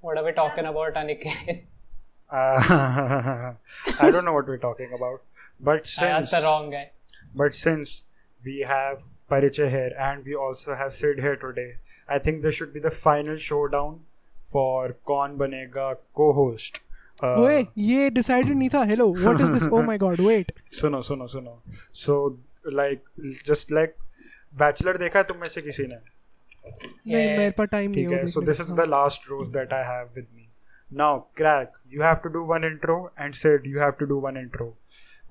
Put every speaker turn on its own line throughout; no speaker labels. What are we talking about, Aniket?
Uh, I don't know what we're talking about. But
I asked
since,
the wrong guy.
but since we have Paricha here and we also have Sid here today, I think this should be the final showdown for Kaun Banega Uh, co host.
ओए ये decided नहीं था hello what is this oh my God wait
सुनो सुनो सुनो so like just like bachelor देखा है तुम में से किसी ने
नहीं
Yeah.
मेरे पास टाइम नहीं
ठीक है
होगा
so this is the last rose that I have with me now Crack you have to do one intro and said you have to do one intro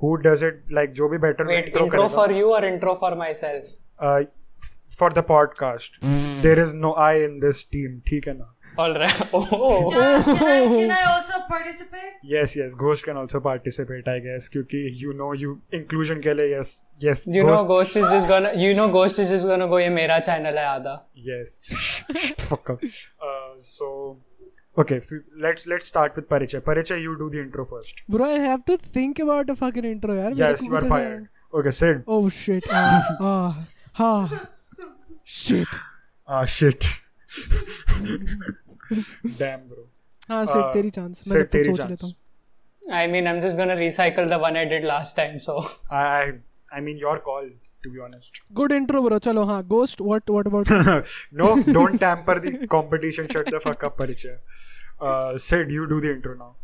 who does it like जो भी better
Wait, intro for you or intro for myself?
uh, for the podcast there is no I in this team ठीक है ना
All right. Oh,
Uh, can, I, can I also participate?
Yes yes Ghosh can also participate I guess क्योंकि you know you inclusion के लिए yes yes
you know, Ghost is just gonna. You know, Ghost is just gonna go. ये मेरा channel है आधा.
Yes. Fuck up. Uh, so, okay, f- let's let's start with Paricha. Paricha, you do the intro first.
Bro I have to think about a fucking intro यार मेरे
yes,
को
you are
पता है।
fired. Okay, Sid.
Oh shit. Ah, ah, ah. Shit.
Ah, shit. Damn, bro.
हाँ सिर्फ
Ah,
तेरी chance मैं
Sid,
जब तक
तेरी
सोच
chance.
लेता हूँ
I mean, I'm just gonna recycle the one I did last time. So
I I- I mean your call, to be honest.
Good intro bro चलो हाँ ghost what what about
no, don't tamper the competition. Shut the fuck up, Paricha. Uh, Sid, you do the intro now.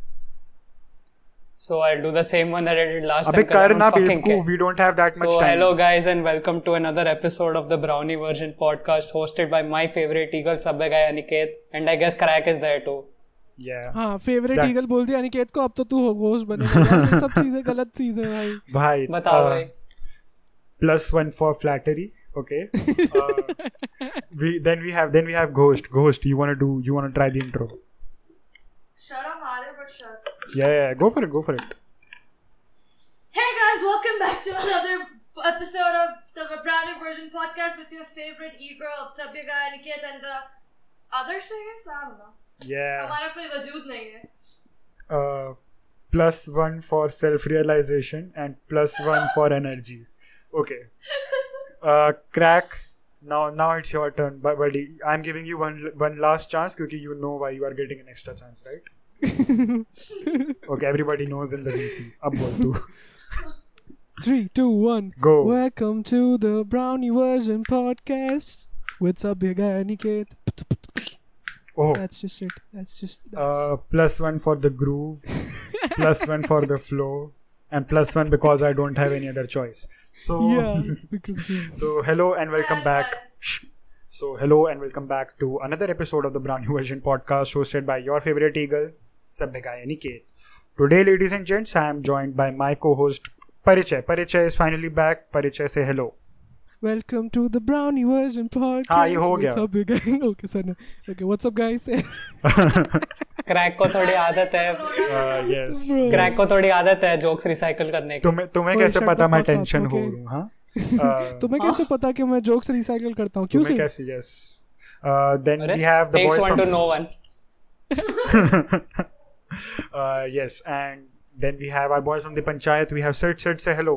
so I'll do the same one that I did last
अबे
time. 'cause I
कर
don't
ना
fucking
बेवकूफ
care.
we don't have that much
So
time
hello guys and welcome to another episode of the Brownie Version podcast hosted by my favorite eagle Sabbe guy Aniket and I guess Crack is there too.
yeah
हाँ favourite
That-
eagle बोल दिया अनिकेत को अब तो तू host बनेगा यार, ये सब चीजें गलत चीज है भाई
भाई
बताओ
uh,
भाई
plus one for flattery okay uh, we then we have then we have ghost ghost you want to do you want to try the intro
Shut up, Arya, but shut up.
yeah, yeah go for it go for it
Hey guys, welcome back to another episode of the Brownie Version podcast with your favorite e-girl of Sabya Guy Aniket and the other singers? I don't know.
yeah
हमारा कोई वजूद नहीं है
uh, plus one for self-realization and plus one for energy okay uh, crack now now it's your turn but buddy i'm giving you one one last chance because you know why you are getting an extra chance right okay everybody knows in the dc ab bol tu.
Three, two, one.
Go.
Welcome to the Brownie Version podcast. What's up, big guy Aniket?
oh
That's just it. That's just. That's...
Uh, plus one for the groove, plus one for the flow, and plus one because I don't have any other choice. So,
yeah, because yeah.
so hello and welcome
That's
back. Shh. So hello and welcome back to another episode of the Brand New Version podcast hosted by your favorite eagle, Sabbekaya Aniket. Today, ladies and gents, I am joined by my co-host Parichay. Parichay is finally back. Parichay, say hello.
welcome to the Brownie Version podcast.
हाँ, ये हो
What's
गया।
up, big guy? Okay, sir. no. Okay, what's up, guys?
Crack को थोड़ी आदत है
Uh, yes.
Crack को थोड़ी आदत है jokes recycle करने की.
तुम्हें तुम्हें
Oh,
कैसे
shut
पता
the
मैं
fuck up,
टेंशन हो रहा
okay.
हूँ हाँ? Uh,
तुम्हें कैसे पता कि तो मैं जोक्स रिसाइकल करता हूँ क्यों
तुम्हें
सिर्फ
कैसे yes. Uh, then
अरे,
we have the
takes
boys
one
from
to know one.
uh, yes, and then we have our boys from the panchayat. We have Sid. Sid, say hello.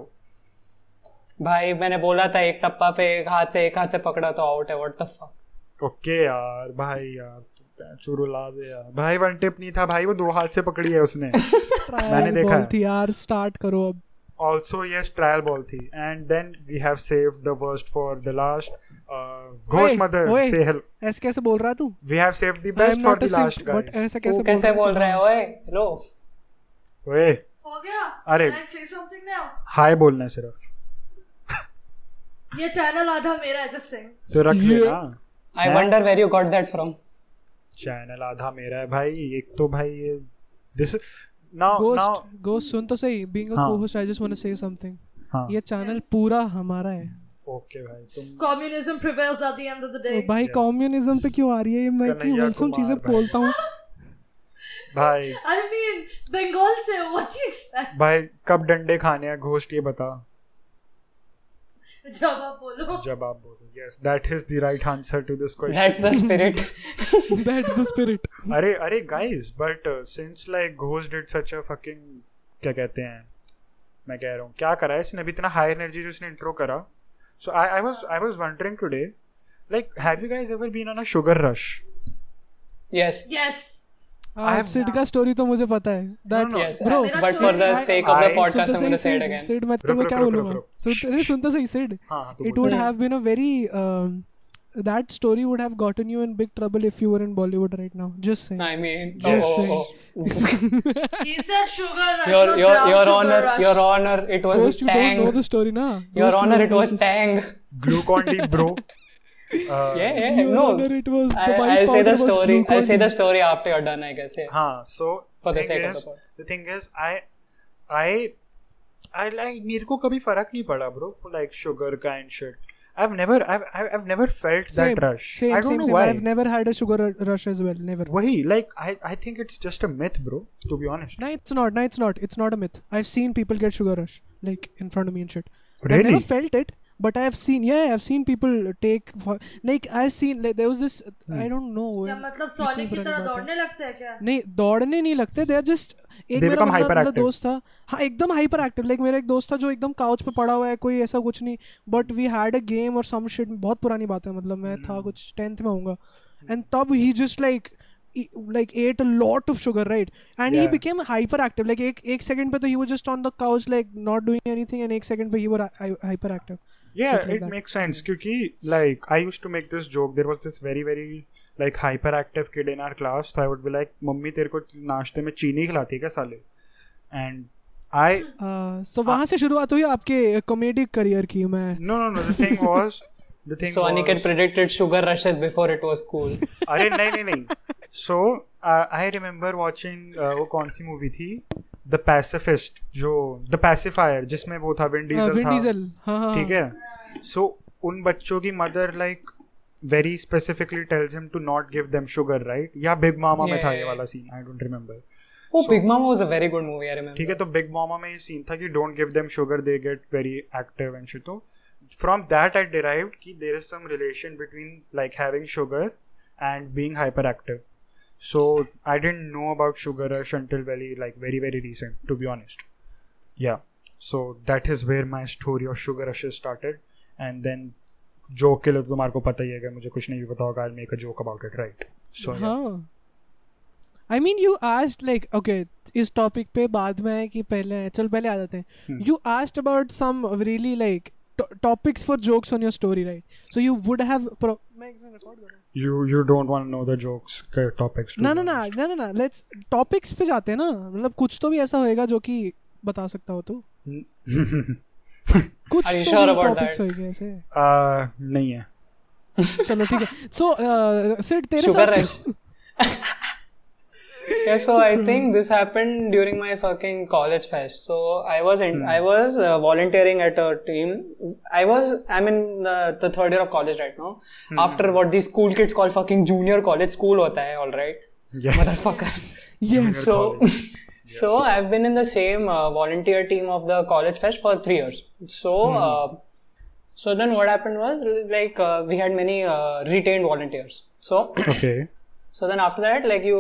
भाई मैंने बोला था एक टप्पा पे एक हाथ से एक हाथ से पकड़ा तो आउट है व्हाट द फक
Okay, यार भाई यार तू क्या चुरू ला दे यार भाई वन टिप नहीं था भाई वो दो हाथ से पकड़ी है उसने मैंने देखा
बॉल
है।
थी यार स्टार्ट करो अब
ऑल्सो यस ट्रायल बॉल थी and then we have save the worst for the last Uh, Ghosh
Wait,
mother
wait.
से हेलो
ऐसे कैसे बोल रहा है तू
we have save the
I am
best for
not
the
a simp,
last
but
guys
ऐसा
तू
कैसे
कैसे बोल रहा है ओए हेलो
ओए
हो गया
अरे।
Can I say something now?
हाय बोलना है सिर्फ
ये चैनल आधा मेरा है just saying
तो रख
Yeah.
लेना
I wonder where you got that from
channel आधा मेरा है भाई एक तो भाई ये this now now
ghost ghost सुन तो सही बीइंग अ
हाँ।
Cohost I just want to say something
हां
ये चैनल पूरा हमारा है
ओके हाँ। भाई तुम
communism prevails at the end of the
तो
day
भाई
Yes.
कम्युनिज्म पे क्यों आ रही है ये मैं इतनी
कन्हैया
wholesome
कुमार
चीजें
भाई।
बोलता हूँ
भाई
I mean Bengal से what do you expect
भाई कब डंडे खाने हैं घोष्ट ये बता
जब आप बोलो
जब आप बोलो yes that is the right answer to this
that's
question
the spirit
that's the spirit
अरे अरे uh, guys but since like ghost did such a fucking क्या कहते हैं मैं कह रहा हूँ क्या करा है इसने अभी इतना हाई एनर्जी जो इसने इंट्रो करा so I I was I was wondering today like have you guys ever been on a sugar rush
yes
yes
हाँ,
have-
सिड का स्टोरी तो मुझे पता है that's
no.
Yes,
Bro,
but for the
I-
sake of the
I-
सुनते
podcast, I'm going
सही
to say it
Sid,
again.
Sid मैं
रुक,
तुम्हें
रुक,
क्या
रुक, रुक,
बोलूंगा
रुक.
सुन अरे सुनते सही सिड
हाँ हाँ,
it
तो
would
Yeah.
have been a very um, that story would have gotten you in big trouble if you were in Bollywood right now. Just saying.
I mean,
Yes.
oh, oh, oh.
He said sugar rush,
your,
not
your,
brown
your
sugar
honor,
rush.
your honor, it was
Ghost, you don't know
Tang.
the story, na?
Your
Ghost, you
honor,
don't
it
know
was
this-
Tang.
Glucon D, bro. Uh,
Yeah, yeah,
Your
no.
honor, it was the
I,
white
I'll say
powder
the
was
story. I'll say
Glucon-D.
the story after you're done. I guess. Yeah.
हाँ so
For the
thing
sake of
is-
the pod.
the thing is I I I like मेरे को कभी फर्क नहीं पड़ा bro like sugar का and shit I've never I've I've I've never felt
Same,
that rush
Same,
I don't
same,
know
same.
why
I've never had a sugar ru- rush as well. Never.
वही like I I think it's just a myth bro to be honest
No, it's not. No, it's not. It's not a myth. I've seen people get sugar rush, like in front of me and shit. I've
Really?
never felt it, but I have seen. Yeah, I've seen people take. for- Like I've seen. Like, there was this. I don't know.
क्या
when
मतलब
people
सोने की
really
तरह
got it.
दौड़ने लगता है क्या
नहीं दौड़ने नहीं लगते दे आर जस्ट एक
They
मेरा
become
मतलब- मतलब
hyperactive.
दोस्त था हाँ एकदम हाइपर एक्टिव लाइक मेरा एक दोस्त था जो एकदम काउच पे पड़ा हुआ है कोई ऐसा कुछ नहीं but we had a game और सम शिट बहुत पुरानी बात है मतलब मैं
Hmm.
था कुछ टेंथ में होऊंगा एंड तब ही just like like ate a lot of sugar right and he
Yeah.
became hyperactive like एक एक second पे तो he was just on the couch like not doing anything and एक second पे he was hyperactive
Yeah,
Shit like
it
that.
makes sense. Kyuki, like, I used to make this joke. There was this very, very, like, hyperactive kid in our class. So I would be like, mummy तेरे को नाश्ते में चीनी खिलाती है क्या साले? And I,
uh,
हाँ।
so वहाँ से शुरुआत हुई आपके comedic career की मैं
no, no, no. The thing was, the thing
So
was.
Aniket predicted sugar rushes before it was cool.
अरे नहीं नहीं नहीं. So uh, I remember watching uh, वो कौन सी movie थी? The Pacifist, जो The Pacifier, जिसमें वो था Vin Diesel
विन
था.
डीजल हाँ हाँ
ठीक है सो उन बच्चों की mother like very specifically tells him to not give them sugar right या बिग मामा में था ये
Yeah.
वाला scene I don't remember
Oh, Big Mama was a very good movie. I remember.
ठीक है तो बिग मामा में ये सीन था कि don't give them sugar they get very active and shit तो फ्रॉम दैट आई डिराइव्ड कि there is some relation between like having sugar and being hyperactive so I didn't know about sugar rush until very like very very recent to be honest yeah so that is where my story of sugar rush started and then joke के लिए तो तुम्हारे को पता ही है अगर मुझे कुछ नहीं भी पता होगा I make a joke about it right so
हाँ I mean you asked like okay इस टॉपिक पे बाद में है कि पहले है चल पहले आ जाते हैं you asked about some really like topics for jokes on your story right so you would have मैं रिकॉर्ड कर रहा हूँ
you you don't want to know the jokes के topics to
ना
be
ना ना
honest.
ना ना ना लेट्स टॉपिक्स पे जाते हैं ना मतलब कुछ तो भी ऐसा होएगा जो कि बता सकता हो तो कुछ
Are you
तो
sure
भी
about that?
टॉपिक्स होएंगे ऐसे
Uh, नहीं है
चलो ठीक है सो सिड तेरे
Sugar
साथ
rush. yeah, so I think this happened during my fucking college fest. So I was in, I was uh, volunteering at a team. I was I'm in the, the third year of college right now. After what these school kids call fucking junior college school hota hai, all right, मतलब
Yes.
motherfuckers.
Yes
so so i've been in the same uh, volunteer team of the college fest for 3 years so uh, so then what happened was like uh, we had many uh, retained volunteers so
Okay.
so then after that like you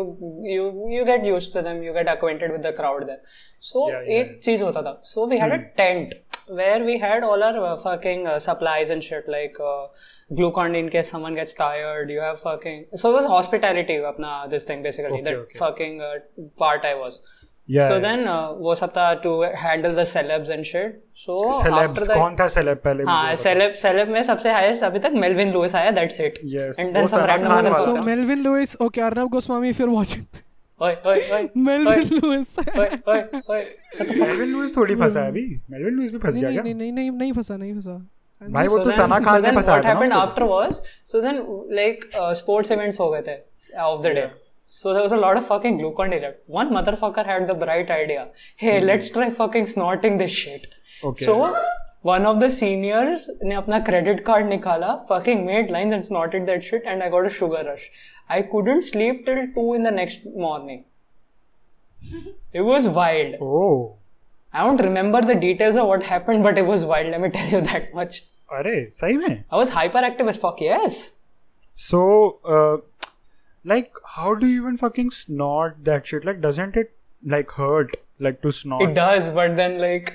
you you get used to them you get acquainted with the crowd there so
Yeah, yeah, Hmm.
ek cheez hota tha so we had a tent where we had all our uh, fucking uh, supplies and shit like uh, glucon in case someone gets tired you have fucking so it was hospitality apna this thing basically
Okay,
that
okay.
fucking uh, part i was
Yeah.
so
yeah.
then uh, वो सब था to handle the celebs and shit so
celebs
after that
कौन था celeb पहले
हाँ
मुझे
celeb celeb में सबसे हाईएस्ट अभी तक मेलविन लुइस आया दैट्स इट
Yes,
एंड
वो
then some
Salman
random
Khan
other
वाला।
So
fuckers.
Melvin Louis okay Arnab Goswami फिर वॉचिंग
ओए ओए ओए
मेलविन लुइस
ओए ओए ओए
बताओ। Melvin Lewis थोड़ी
Hmm.
फंसा है अभी Melvin Lewis भी फंस गया
नहीं
क्या
नहीं नहीं नहीं नहीं फंसा नहीं फंसा
भाई वो तो सना खान ने फंसाया
व्हाट
था
हैपेंड
ना
after was so then like sports events uh, हो गए थे uh, of the day So there was a lot of fucking glucon D left. One motherfucker had the bright idea. Hey, let's try fucking snorting this shit.
Hmm. Okay.
So one of the seniors ने अपना credit card निकाला, fucking made lines and snorted that shit, and I got a sugar rush. I couldn't sleep till two in the next morning. It was wild.
Oh,
I don't remember the details of what happened, but it was wild. Let me tell you that much.
अरे सही में
I was hyperactive as fuck. Yes.
So, uh, like, how do you even fucking snort that shit? Like, doesn't it like hurt? Like to snort?
It does, but then like,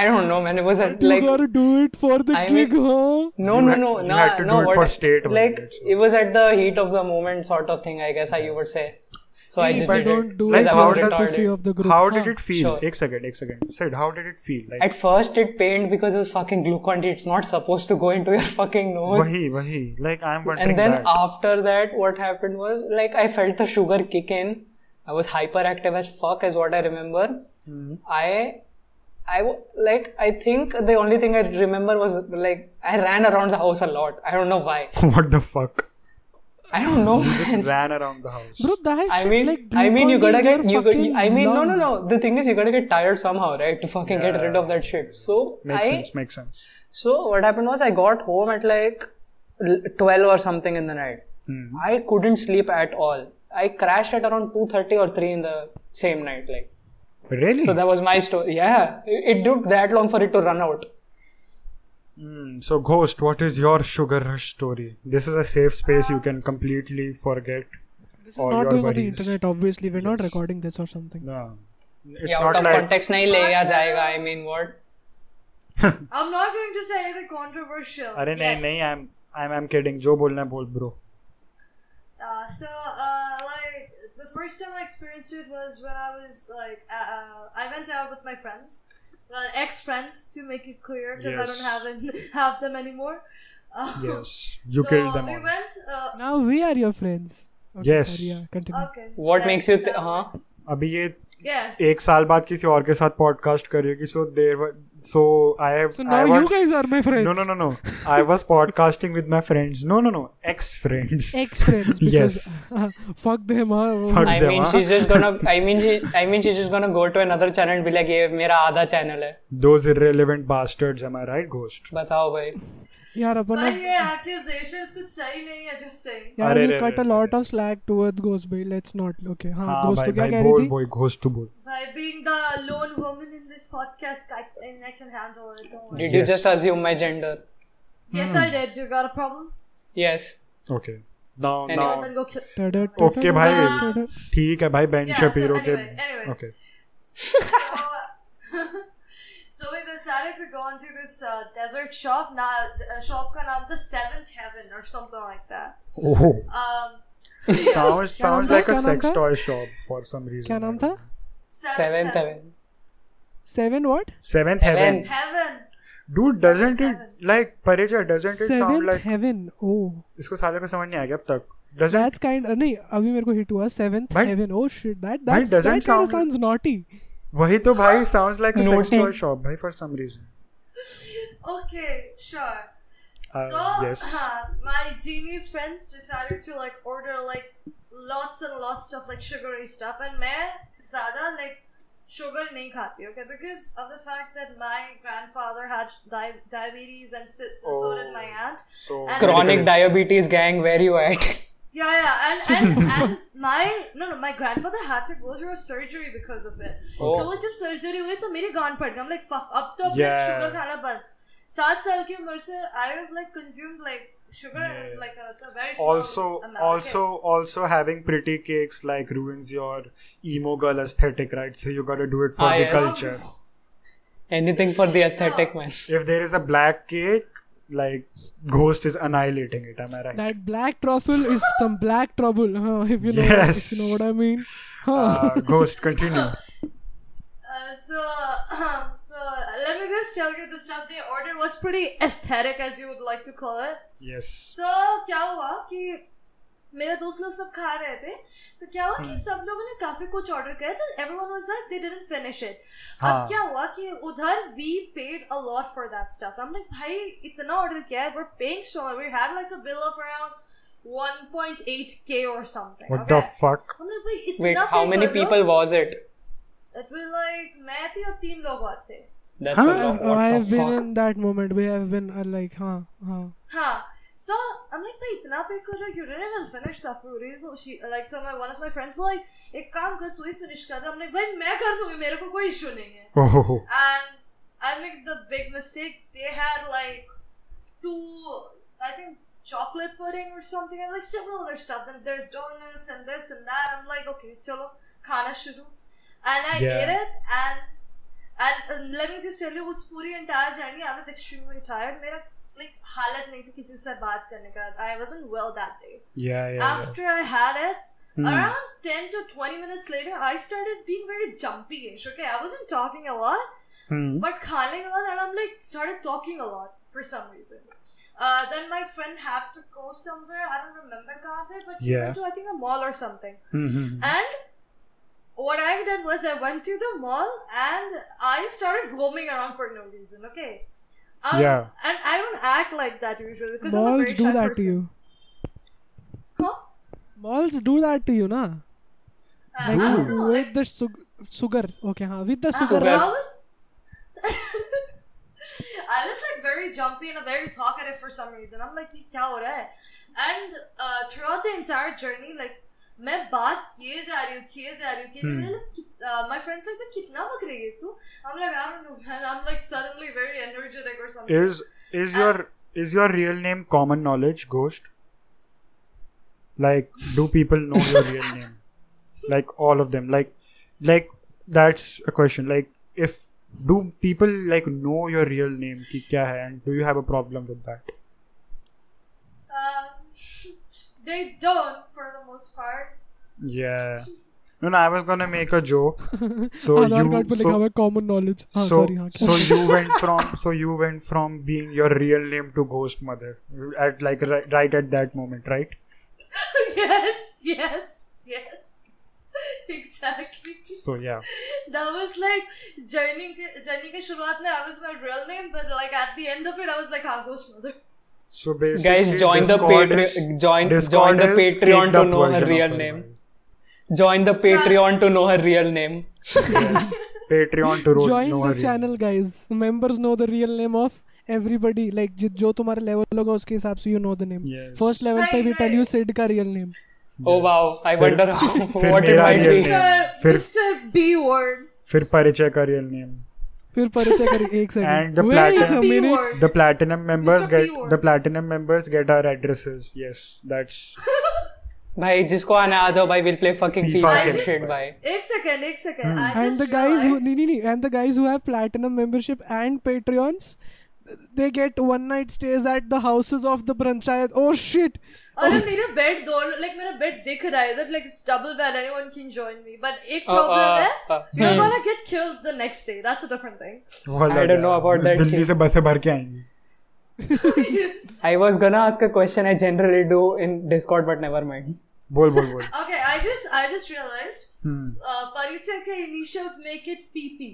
I don't know, man. It was a,
You
like
gotta do it for the
I mean-
gig, huh?
no,
You
no,
had-
no,
you
nah,
had to
no.
do it
what
for
I-
state
like
only, so.
it was at the heat of the moment, sort of thing. I guess I you would say. So I
Hey,
just
but
did
don't
it.
do
Because
it
I
how
was
does
the
retarded.
sea of the group.
How did
Huh.
it feel?
Sure.
Ek second, ek second. Said, how did it feel? Like,
At first, it pained because it was fucking Glucon D. It's not supposed to go into your fucking nose.
wahi, wahi. Like, I'm wondering
And then
that.
after that, what happened was like I felt the sugar kick in. I was hyperactive as fuck, is what I remember.
Hmm.
I, I w- like I think the only thing I remember was like I ran around the house a lot. I don't know why.
what the fuck?
I don't know.
Just ran around the house.
Bro, that
I
shit,
mean,
like,
I mean, you
glucon-D
gotta
in
get
your
you. Got,
fucking
I mean, no, no,
lungs.
no. The thing is, you gotta get tired somehow, right? To fucking get rid of that shit. So
Makes
I,
sense. Makes sense.
So what happened was I got home at like l- 12 or something in the night.
Hmm.
I couldn't sleep at all. I crashed at around 2:30 or 3 in the same night like.
Really?
So that was my story. Yeah, it, it took that long for it to run out.
Hmm, so, Ghost, what is your sugar rush story? This is a safe space you can completely forget
This is
all
not
your
going on the
worries.
internet, obviously. We're not recording this or something.
No. It's
yeah, out
not
of
like
context nahi leya jayega. I mean what?
I'm not going to say anything controversial.
अरे नहीं
yet.
नहीं I am I am kidding जो बोलना है बोल bro
Uh, so, uh, like, the first time I experienced it was when I was, like, uh, uh, I went out with my friends. Well, ex friends, to make it clear, because I
Yes.
don't have, an, have them anymore. Uh,
yes you
so
kill them
We went, uh,
Now we are your friends. Okay,
Yes.
Sorry, yeah, continue.
okay.
What
yes,
makes you thi-
that
huh?
works.
अभी ये
Yes.
एक साल बाद किसी और के साथ podcast करेगी so there so I have
so now you guys are my friends.
No no no no I was podcasting with my friends no no no ex friends
Ex-friends.
Yes.
Because, uh, fuck them. Huh?
Fuck
I
them,
mean
huh?
she's just gonna. I mean she. I mean she's just gonna go to another channel and be like, ये मेरा आधा channel है.
Those irrelevant bastards am i right ghost
बताओ भाई.
यार अपन
But
ना-
ये accusations कुछ सही नहीं है, just saying.
यार
अरे
we
रे
cut
रे
a lot of slack towards Ghost Bay. Let's not. Okay. हाँ,
हां
Ghost
भाई
तो क्या
भाई
कह रही
बोल
थी?
बोल ghost to बोल
By being the lone woman in this podcast, I, and I can handle it. Don't worry.
Did you
Yes.
just assume my gender? Hmm.
Yes, I did. You got a problem?
Yes.
Okay now
Anyway.
Well, then
now
go kill.
tada, tada,
okay भाई
हाँ।
ठीक है भाई Ben
Yeah, so
Shapiro के
anyway, anyway.
Okay
So, so we decided to go into this uh, desert shop. Na, uh, shop ka naam the Seventh Heaven or something like that.
Oh.
Oh
Um,
sounds
क्या नाम
sounds
था?
like a
क्या नाम
sex
था?
toy shop for some reason
क्या नाम था?
Seventh,
Seventh
Heaven.
heaven.
Seven what?
Seventh heaven.
Heaven.
Heaven.
Dude, doesn't it
heaven.
like Pareja, doesn't it sound
Seventh
like
heaven. Oh,
इसको साले को समझ नहीं आ गया अब तक doesn't
that's kind. Uh, नहीं, अभी मेरे को hit हुआ seventh
भाई-
heaven. Oh shit, that
भाई,
that's, that
doesn't
kind of
sound-
sounds naughty.
वही तो भाई sounds like a sex
Naughty.
toy shop भाई for some reason
Okay, sure.
Uh,
so
yes
uh, my genius friends decided to like order like lots and lots of like sugary stuff, and मैं ज़्यादा like sugar नहीं खाती, okay? Because of the fact that my grandfather had di- diabetes and so, so did my
Oh.
aunt.
so
and-
Chronic diabetes gang. Where you at?
Yeah, yeah, and and, and my no no my grandfather had to go through a surgery because of it.
Oh.
तो जब surgery हुई तो मेरे गान पड़ गया like fuck अब तो अपने
Yeah.
शुगर खाना बंद सात साल की उम्र से I have like consumed like sugar
Yeah.
Like a very
also also also having pretty cakes like ruins your emo girl aesthetic right so you gotta do it for
Ah,
the
yes.
culture
Anything for the aesthetic man.
if there is a black cake like ghost is annihilating it am I right
That black truffle is some black trouble. Huh? If you know,
Yes.
if you know what I mean. Huh.
uh, ghost continue
Uh, so, so let me just tell you the stuff they ordered was pretty aesthetic, as you would like to call it.
yes
So क्या हुआ कि मेरे दोस्त लोग सब खा रहे थे तो क्या हुआ
हम्म।
कि सब लोगों ने काफी कुछ ऑर्डर किया तो everyone was like they didn't finish it अब
हाँ।
क्या हुआ कि उधर we paid a lot for that stuff हमने भाई इतना ऑर्डर किया है we paying so we had like a bill of around 1.8k or something
what the
okay?
fuck
हमने भाई इतना
Wait, how many people was it?
It was like मैं थी और तीन लोग और थे
That's
Huh?
a lot. What
I
the
have been
fuck?
in that moment where I've been uh, like, huh, huh.
Huh. So I'm like, भाई इतना पे कर रहा you didn't even finish the food. So she like so my one of my friends like एक काम कर तू ही finish कर दे. I'm like भाई मैं कर दूंगी मेरे को कोई issue नहीं है.
oh
And I made the big mistake. They had like two I think chocolate pudding or something and like several other stuff. Then there's donuts and this and that. I'm like okay चलो खाना शुरू. And I
Yeah.
ate it and and uh, let me just tell you उस पूरी entire journey I was extremely tired. मेरा like हालत नहीं थी किसी से बात करने का. I wasn't well that day.
yeah Hmm, yeah, yeah.
After I had it, Um, Around 10 to 20 minutes later, I started being very jumpy ish. Okay, I wasn't talking a lot,
Hmm.
but खाने के बाद and I'm like started talking a lot for some reason. Uh, then my friend had to go somewhere. I don't remember kahan pe, but he
Yeah.
went to I think a mall or something.
Hmm, hmm, hmm.
And what I did was I went to the mall and I started roaming around for no reason. Okay. Um,
Yeah.
And I don't act like that usually because I'm a
malls
very
do
shy
that to
person.
you.
Huh?
Malls do that to you, na?
Uh, I
Like
don't know. like-
with the sug- sugar. Okay, huh? With the
I-
sugar.
I
Yes.
was, I was like very jumpy and very talkative for some reason. I'm like, "Ye kya ho raha hai? And uh, throughout the entire journey, like मैं बात किए जा रही हूँ किए जा रही हूँ किए जा रही हूँ
Hmm.
like, कित- uh, my friends like मैं कितना बक रही है तू I'm like I don't know man I'm like suddenly very energetic or something
Is is your is your real name common knowledge, Ghost? Like, do people know your real name? Like all of them. Like, like that's a question. Like, if do people like know your real name? Ki kya hai, and do you have a problem with that?
um, they don't for the most part
Yeah. No, no. I was gonna make a joke. So
Aadhaar
you
card पे लिखा
so,
हुआ common knowledge हाँ
so,
sorry हाँ क्या-
so you went from so you went from being your real name to ghost mother at like right, right at that moment right
yes yes yes exactly
so yeah
that was like journey के journey के शुरुआत में I was my real name but like at the end of it I was like हाँ ghost mother
so basically
Guys, join the
Discord
Patre-
is-
join-
Discord
join the
is
Patreon
caked
to
up
know her
version of
real name. Join the Patreon to know her real name.
yes. Patreon to ro-
join
know her
the
real
channel
name.
guys members know the real name of everybody like जि- जो तुम्हारा level होगा उसके हिसाब से you know the name
Yes.
First level पे
Right,
we tell you
right.
Sid का real name
Oh wow, I
फिर-
wonder how,
फिर
what it
मेरा
might
real
be.
name.
Mr.
फिर-
Mr. B word
फिर परिचय का real name
फिir परिचय करें एक
And
second
the
wait
platinum.
A
B
minute
word
the platinum members
Mr.
get
P word.
the platinum members get our addresses yes that's
भाई जिसको आना आ जाओ भाई will play fucking
FIFA
FIFA
can
shit
play.
भाई
एक second एक second I
Hmm. and
just
the guys who
realized
नहीं नहीं नहीं and the guys who have platinum membership and patreons they get one night stays at the houses of the panchayat oh shit
अरे
Oh.
मेरा bed दो like मेरा bed दिख रहा है इधर like it's double bed anyone can join me but एक
Uh,
problem
uh, uh,
है you're gonna get killed the next day that's a different thing
वाला
I don't know
था।
about that
Delhi
shit.
से बसें भर के आएंगी
yes
I was gonna ask a question I generally do in Discord, but never mind.
बोल बोल बोल
okay I just I just realized
Hmm.
uh, Parichay के initials make it PP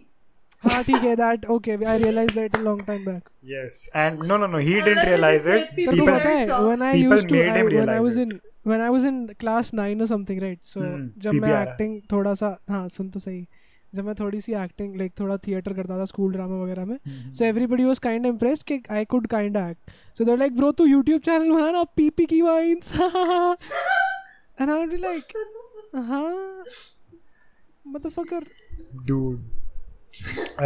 Oh. हाँ ठीक है that okay I realized that a long time back
Yes, and no, no, no. He
And
didn't
let me just
realize
say
it.
people
तेरे को
People-
पता है
Very
when I
people
used to
made
I,
him
when I
realize
was in when I was in class 9 or something right so
Hmm,
जब मैं
PBR.
acting थोड़ा सा हाँ सुन तो सही जब मैं थोड़ी सी एक्टिंग लाइक थोड़ा थिएटर करता था स्कूल ड्रामा वगैरह में
हम्म,
so everybody was kind impressed कि I could kind act so they like bro तू YouTube चैनल बना ना पीपी की vines and I would be like हाँ motherfucker
dude.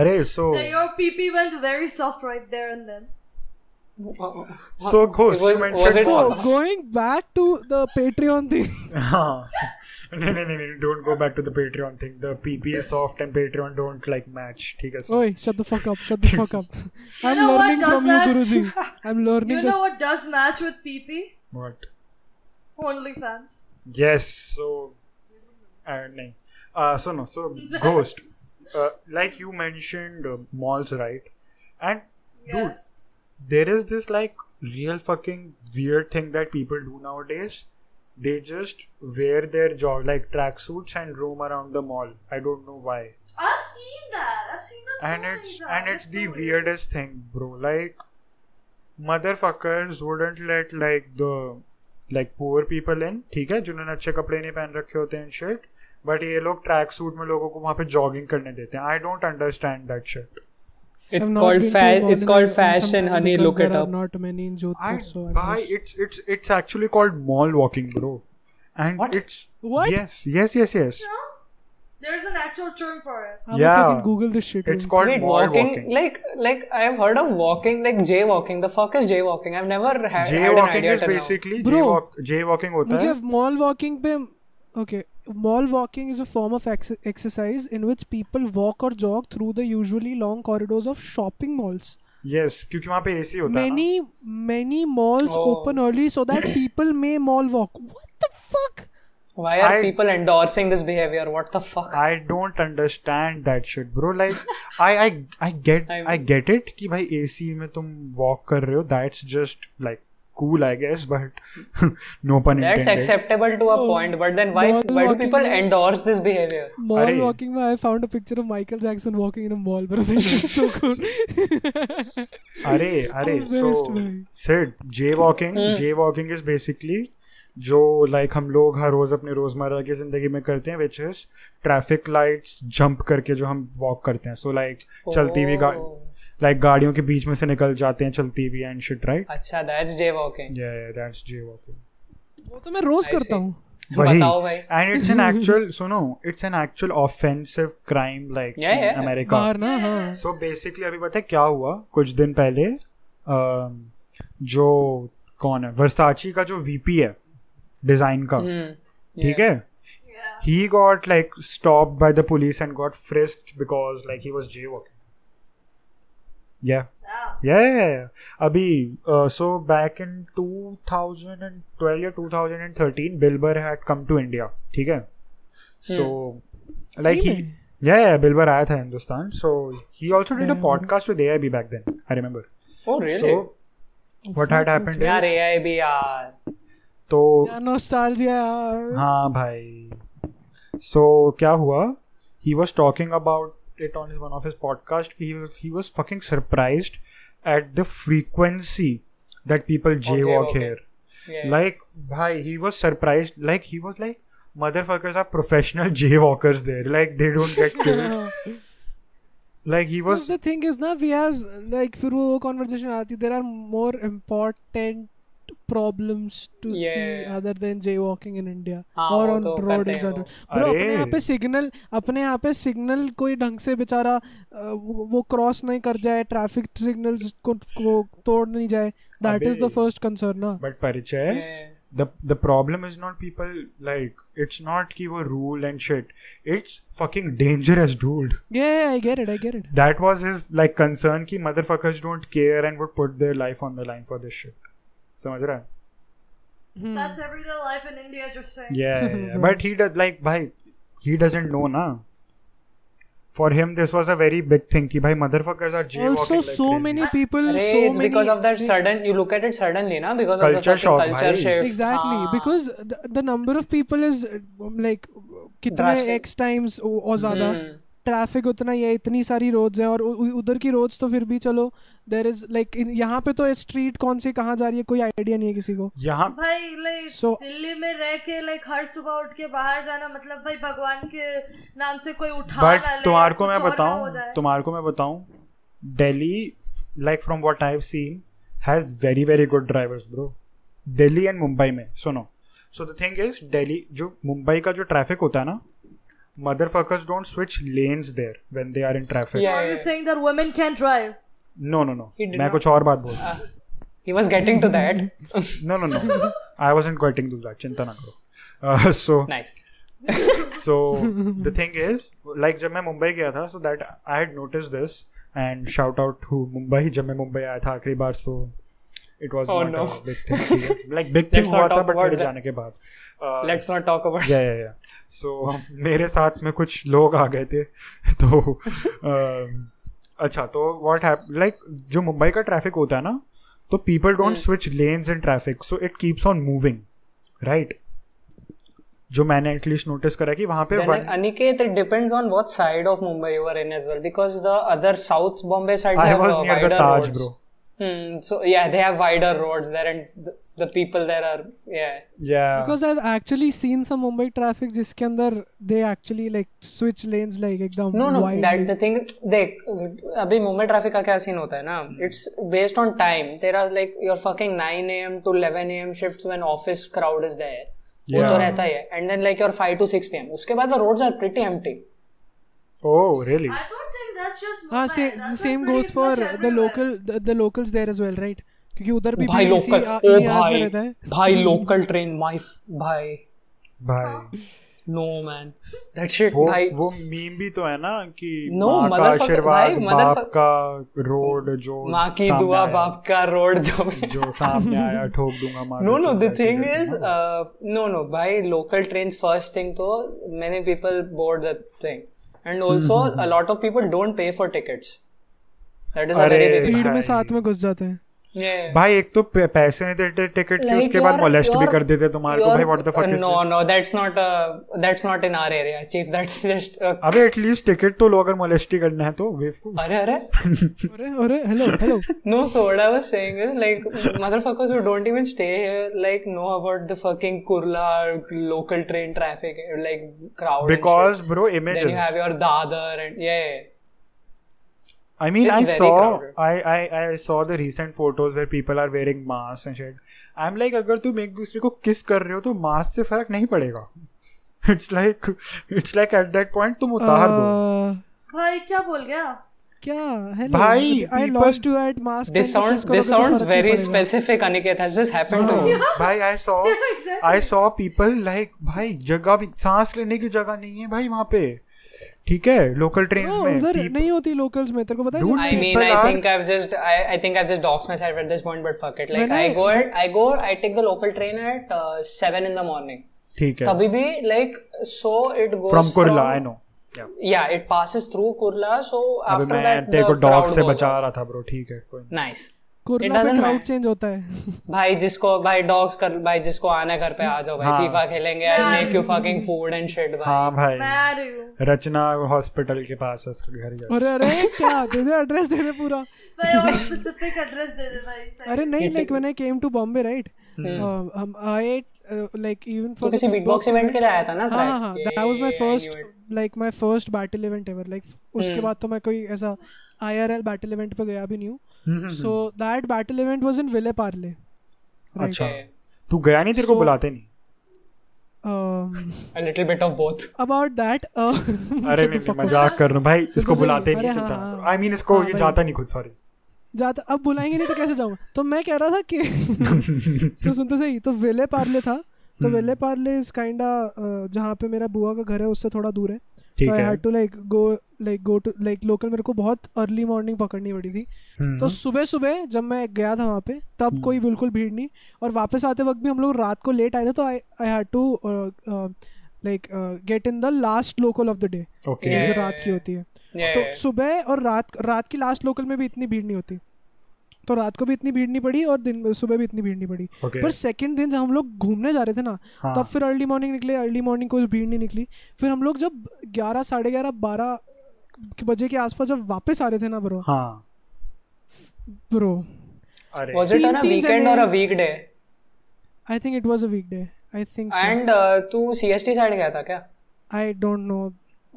Arey, so
Now, your PP went very soft right there and then.
so ghost.
It was-
you
was
mentioned
it-
So
Oh.
going back to the Patreon thing,
Huh. no, no, no, no, don't go back to the Patreon thing. The PP is soft and Patreon don't like match. Okay, so
Oi, shut the fuck up, shut the fuck up. I'm
know what
learning
does
from you,
match?
Guruji. I'm learning
You
this.
know what does match with PP?
what?
OnlyFans.
Yes, so uh, no. Uh, so no, so ghost. Uh, like you mentioned, uh, malls, right? And
Yes.
there is this like real fucking weird thing that people do nowadays. They just wear their job like tracksuits and roam around the mall. I don't know why.
I've seen that. I've seen that
And
so many
it's
times.
and it's the
so
weirdest thing, bro. Like motherfuckers wouldn't let like the like poor people in, ठीक है जिन्होंने अच्छे कपड़े नहीं पहन रखे होते हैं shit. But ये लोग ट्रैक सूट में लोगों को वहाँ पे जॉगिंग करने देते हैं. I don't understand that shit.
I've
It's
not
called
been to
fa-
Modern
It's called
Art Museum
fashion, honey.
because
Look it
there are
up.
Not many in Jodhpur,
I
Oh, so I
buy
guess.
it's it's it's actually called mall walking, bro. And
What?
it's
What?
yes yes yes yes.
No? There's an actual term for it.
I'm
Yeah.
fucking Google this
It's
shit. man.
called
Wait,
mall
walking,
walking.
like like I've heard of walking, like jaywalking. The fuck is jaywalking? I've never ha- had an
Jaywalking
idea
is
till now.
basically
Bro.
jaywalk jaywalking होता
मुझे
है.
Mall walking पे okay mall walking is a form of ex- exercise in which people walk or jog through the usually long corridors of shopping malls
Yes, क्योंकि वहाँ पे AC होता है. ना.
many many malls
Oh.
open early so that people may mall walk what the fuck
Why are
I-
people endorsing this behavior? What the fuck?
I don't understand that shit, bro. Like, I, I, I get,
I'm-
I get it कि भाई AC में तुम walk कर रहे हो. That's just like cool, I guess, but no pun
That's
intended.
acceptable to a
Oh.
point, but then why
Mall
why do
walking
people
is-
endorse this behavior?
Mall
Arey.
walking, mein, I found a picture of Michael Jackson walking in a mall, तो bro. This is so cool.
अरे अरे
I'm
so
embarrassed, भाई.
Sid jaywalking jaywalking is basically जो like like, हम लोग हर रोज अपने रोजमर्रा की जिंदगी में करते हैं which is traffic lights jump करके जो हम वॉक करते हैं सो so, लाइक like, चलती हुई गा,
Oh.
लाइक गाड़ियों के बीच में से निकल जाते हैं चलती हुई एंड शिट राइट
अच्छा that's jaywalking.
या दैट्स जे वॉकिंग
वो तो मैं रोज
I
करता
see.
हूँ
वही हाँ।
बताओ भाई
एंड इट्स एन एक्चुअल सुनो it's an actual offensive crime like
Yeah, yeah.
America
बाहर ना हाँ
सो बेसिकली अभी पता है क्या हुआ कुछ दिन पहले अम, जो कौन है वर्साची का जो वीपी है डिजाइन का
Hmm.
ठीक है
Yeah.
He got like stop by the police and got frisked because like he was jaywalking या
Wow.
yeah अभी uh, सो बैक इन 2012 या 2013 Bill Burr had come to India ठीक है so
Hmm.
Like
सही
ही
में?
या या बिल्बर आया था Hindustan so he also did a
Hmm.
Yeah.
Podcast with AIB back then I remember
Oh really?
So what
Hmm.
Had happened
यार
इज
AI भी यार.
तो
क्या nostalgia यार
हाँ भाई सो क्या हुआ he was talking about it on one of his podcast कि he was fucking surprised at the frequency that people jaywalk
jaywalking.
Here
Oh, Yeah.
like bhai he was surprised like he was like motherfuckers are professional jaywalkers there like they don't get killed
हाँ।
like he was
the thing is ना we have like फिर वो conversation आती there are more important problems to see
Yeah.
other than jaywalking in India
हाँ,
or
वो
on
तो
road
करते
in
हैं
general
वो।
bro
अरे।
अपने यहाँ पे सिग्नल अपने यहाँ पे सिग्नल कोई ढंग से बेचारा अ, वो वो क्रॉस नहीं कर जाए ट्रैफिक सिग्नल्स को, को तोड़ नहीं जाए दैट इज द
अबे।
फर्स्ट कंसर्न ना
but parichai
Yeah.
the the problem is not people like it's not ki wo rule and shit it's fucking dangerous dude
yeah i get it i get it
that was his like concern ki motherfuckers don't care and would put their life on the line for this shit समझ रहा है
Hmm.
That's everyday life in India, just saying.
yeah, yeah, yeah. but he does like bhai he doesn't know na for him this was a very big thing ki bhai motherfuckers are jaywalking
also
like
so
crazy.
many people
Arey,
so
it's
many
because of that
they-
sudden. You look at it suddenly, na? Because of the
Culture
fucking
shock,
culture
bhai.
shift.
exactly
हाँ.
because the, the number of people is uh, like कितने
Drastic.
x times ओ- और ज्यादा
Hmm.
Traffic उतना ही है इतनी सारी रोड्स हैं और उ- उ- उधर की रोड्स तो फिर भी चलो देर इज लाइक यहाँ पे तो स्ट्रीट कौन सी कहाँ जा रही है कोई आइडिया नहीं है किसी को
यहाँ
भाई लाइक
So-
दिल्ली में रह के लाइक हर सुबह उठ के बाहर जाना मतलब भाई भगवान के नाम से कोई उठा
बट
ना ले
तुम्हार को
कुछ
मैं
और ना हो
बताऊं
जाए।
तुम्हार को मैं बताऊं Delhi like from what I have seen has very very good drivers bro Delhi and Mumbai में सुनो so the thing is Delhi जो मुंबई का जो ट्रैफिक होता है ना motherfuckers don't switch lanes there when they are in traffic
Yeah.
Are you saying that women can't drive?
no no no
He did
मैं
not-
कुछ और बात बोल रहा हूं।
He was getting to that.
no no no i wasn't quoting that चिंता ना करो uh, so
nice.
so the thing is like जब मैं मुंबई गया था so that i had noticed this and shout out to mumbai जब मैं मुंबई आया था आखिरी बार so it was
Oh,
not
no.
a big thing like big
Let's
thing
not
हुआ था
talk
but
about
मेरे
that.
जाने के बाद uh,
Let's not talk about.
या या या सो मेरे साथ में कुछ लोग आ गए थे तो अम, अच्छा तो व्हाट हैप लाइक जो मुंबई का ट्रैफिक होता है ना तो people don't
Hmm.
Switch lanes in traffic so it keeps on moving right जो मैंने एटलीस्ट नोटिस करा कि वहां पे
Then
one
Aniket, it depends on what side of Mumbai you are in as well, because the other South Bombay sides
I
have
was
uh,
near the
wider
Taj
roads.
Bro
Hmm. So yeah, they have wider roads there, and the, the people there are yeah.
या
because I've actually seen some Mumbai traffic जिसके अंदर they actually like switch lanes like एकदम
no no
wide
that
lane.
The thing देख अभी Mumbai traffic का क्या scene होता है ना it's based on time there are like your fucking 9 am to 11 am shifts when office crowd is there वो तो
Yeah.
रहता ही है and then like your 5 to 6 pm उसके बाद the roads are pretty empty
oh really
हाँ।
I don't think that's just Mumbai.
हाँ से
That's
the
like
same
pretty
goes for
much
the
everywhere.
local the, the locals there as well right क्योंकि उधर भी
भाई
BBC
local
आ-
ओ
इन्हीं आस में
भाई
रहता है
भाई लोकल ट्रेन माय भाई
भाई
नो मैन दैट शिट
वो
भाई
वो मीम भी तो है ना कि
No,
माँ का
motherfucker-
आशीर्वाद
भाई,
बाप
motherfuck-
का रोड जो
माँ की
सामने
दुआ
आया,
बाप का रोड जो
जो सामने आया ठोक दूंगा माँ
नो
को,
नो द
ऐसे
थिंग
करके
इज
ना।
नो नो uh, भाई लोकल trains फर्स्ट थिंग तो many people board the thing and also
hmm,
a lot of people don't pay for tickets that is a
अरे,
very big
भीड़ में
भाई।
साथ में घुस जाते हैं
भाई एक तो पे- पैसे नहीं देते टिकट के
Like
उसके बाद
your-
मोलेस्ट भी
your-
कर देते तुम्हारे को
your-
भाई what the fuck is
uh, no
this
no that's not a that's not in our area chief that's just uh, a,
अबे एटलीस्ट टिकट तो लो अगर मोलेस्ट ही करना है तो बेवकूफ
अरे अरे
अरे अरे hello hello
no so what i was saying is like motherfuckers who don't even stay here like know about the fucking kurla local train traffic like crowd and
because
shit.
Bro
then you
images
have your dadar and yeah, yeah.
I mean,
It's
I
very
saw
crowded.
I, I I saw the recent photos where people are wearing masks and shit. I'm like, अगर तुम एक दूसरे को किस कर रहे हो तो मास्क से फर्क नहीं पड़ेगा. It's like it's like at that point तुम उतार दो.
अह,
भाई क्या बोल गया
क्या हेलो
भाई,
I
people-
lost you at mask
this sounds this sounds very specific aniket has this happened to you
भाई I saw
exactly.
I saw people like भाई जगह भी सांस लेने की जगह नहीं है भाई वहाँ पे. ठीक है लोकल ट्रेन में
हाँ, उधर
people-
नहीं होती लोकल्स में तेरे को पता है
Dude,
I
जब-
mean,
People
I
are-
think I've just, I, I think I've just doxed myself at this point, but fuck it. Like,
When
I,
I-
go at, I go, I take the local train at uh, seven in the morning.
ठीक है.
Tabhi bhi, like, so it goes
From Kurla I know. Yeah.
Yeah, it passes through Kurla, so
अबे
after
मैं
that
तेरे
the
को dog
crowd
से
goes
बचा
off.
रहा था ब्रो ठीक है कोई नहीं.
Nice. It
कोरोना पे
doesn't
क्राउड
matter.
चेंज होता है
भाई जिसको भाई डॉग्स कर भाई जिसको आना है घर पे आ जाओ भाई
हाँ.
फीफा खेलेंगे I make you fucking food and shit भाई
हाँ भाई
मैं आ रही हूँ
रचना हॉस्पिटल के पास है, उसका घर जाके
अरे अरे क्या दे दे एड्रेस दे दे पूरा
भाई और स्पेसिफिक एड्रेस दे दे भाई सही
अरे नहीं like when I came to Bombay right Uh, हम uh, आई लाइक इवन
तो
फॉर
Hmm. किसी बीटबॉक्स इवेंट के लिए आया था ना
हाँ हाँ that was my first like my first battle event ever like उसके
Hmm.
बाद तो मैं कोई ऐसा आईआरएल बैटल इवेंट पे गया भी नहीं
Hmm. हम्म,
हूँ so that battle event was in Vile Parle
अच्छा तू गया नहीं तेरे को बुलाते नहीं
Um,
a little bit of both
about that uh,
अरे नहीं नहीं, मजाक कर रहा हूँ भाई इसको
सही,
बुलाते
तो अरे
नहीं
हाँ,
चलता
हाँ।
आई मीन इसको
हाँ,
ये
भाई।
जाता नहीं खुद सॉरी
जाता अब बुलाएंगे नहीं तो कैसे जाऊंगा तो मैं कह रहा था कि तो सुनते सही तो वेले पार्ले था तो
हम्म।
Vile Parle is kind uh, जहाँ पे मेरा बुआ का घर है उससे थोड़ा दूर है
ठीक
तो आई
है।
Had to like go like go to like local मेरे को बहुत अर्ली मॉर्निंग पकड़नी पड़ी थी
हम्म,
तो सुबह सुबह जब मैं गया था वहाँ पे तब कोई बिल्कुल भीड़ नहीं और वापस आते वक्त भी हम लोग रात को लेट आए थे तो I I had to uh, like get in the last local of the day
okay
Yeah.
जो रात की होती है
Yeah,
तो
yeah.
सुबह और रात रात की लास्ट लोकल में भी इतनी भीड़ नहीं होती तो रात को भी इतनी भीड़ नहीं पड़ी और दिन सुबह भी इतनी भीड़ नहीं पड़ी
Okay.
पर सेकंड दिन जब हम लोग घूमने जा रहे थे ना
हाँ।
तब फिर अर्ली मॉर्निंग निकले अर्ली मॉर्निंग कोई भीड़ नहीं निकली फिर हम लोग जब ग्यारह साढ़े ग्यारह बारह बजे के आसपास जब वापस आ रहे थे ना ब्रो
हाँ
ब्रो
अरे
was it on a
तीन-तीन
weekend
जने-
or a weekday
I think it was a weekday I think
and uh, तू सीएसटी साइड गया था क्या
आई डोंट नो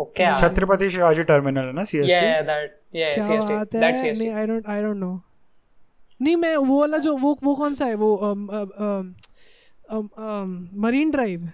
ओके
अच्छा,
यार
छत्रपति शिवाजी टर्मिनल है ना
या
सीएसटी
दैट या
क्या बात
सीएसटी
है
दैट
नहीं
CST
I don't I don't know नहीं मैं वो वाला जो वो वो कौन सा है वो um, uh, um, um, um, um, um, marine drive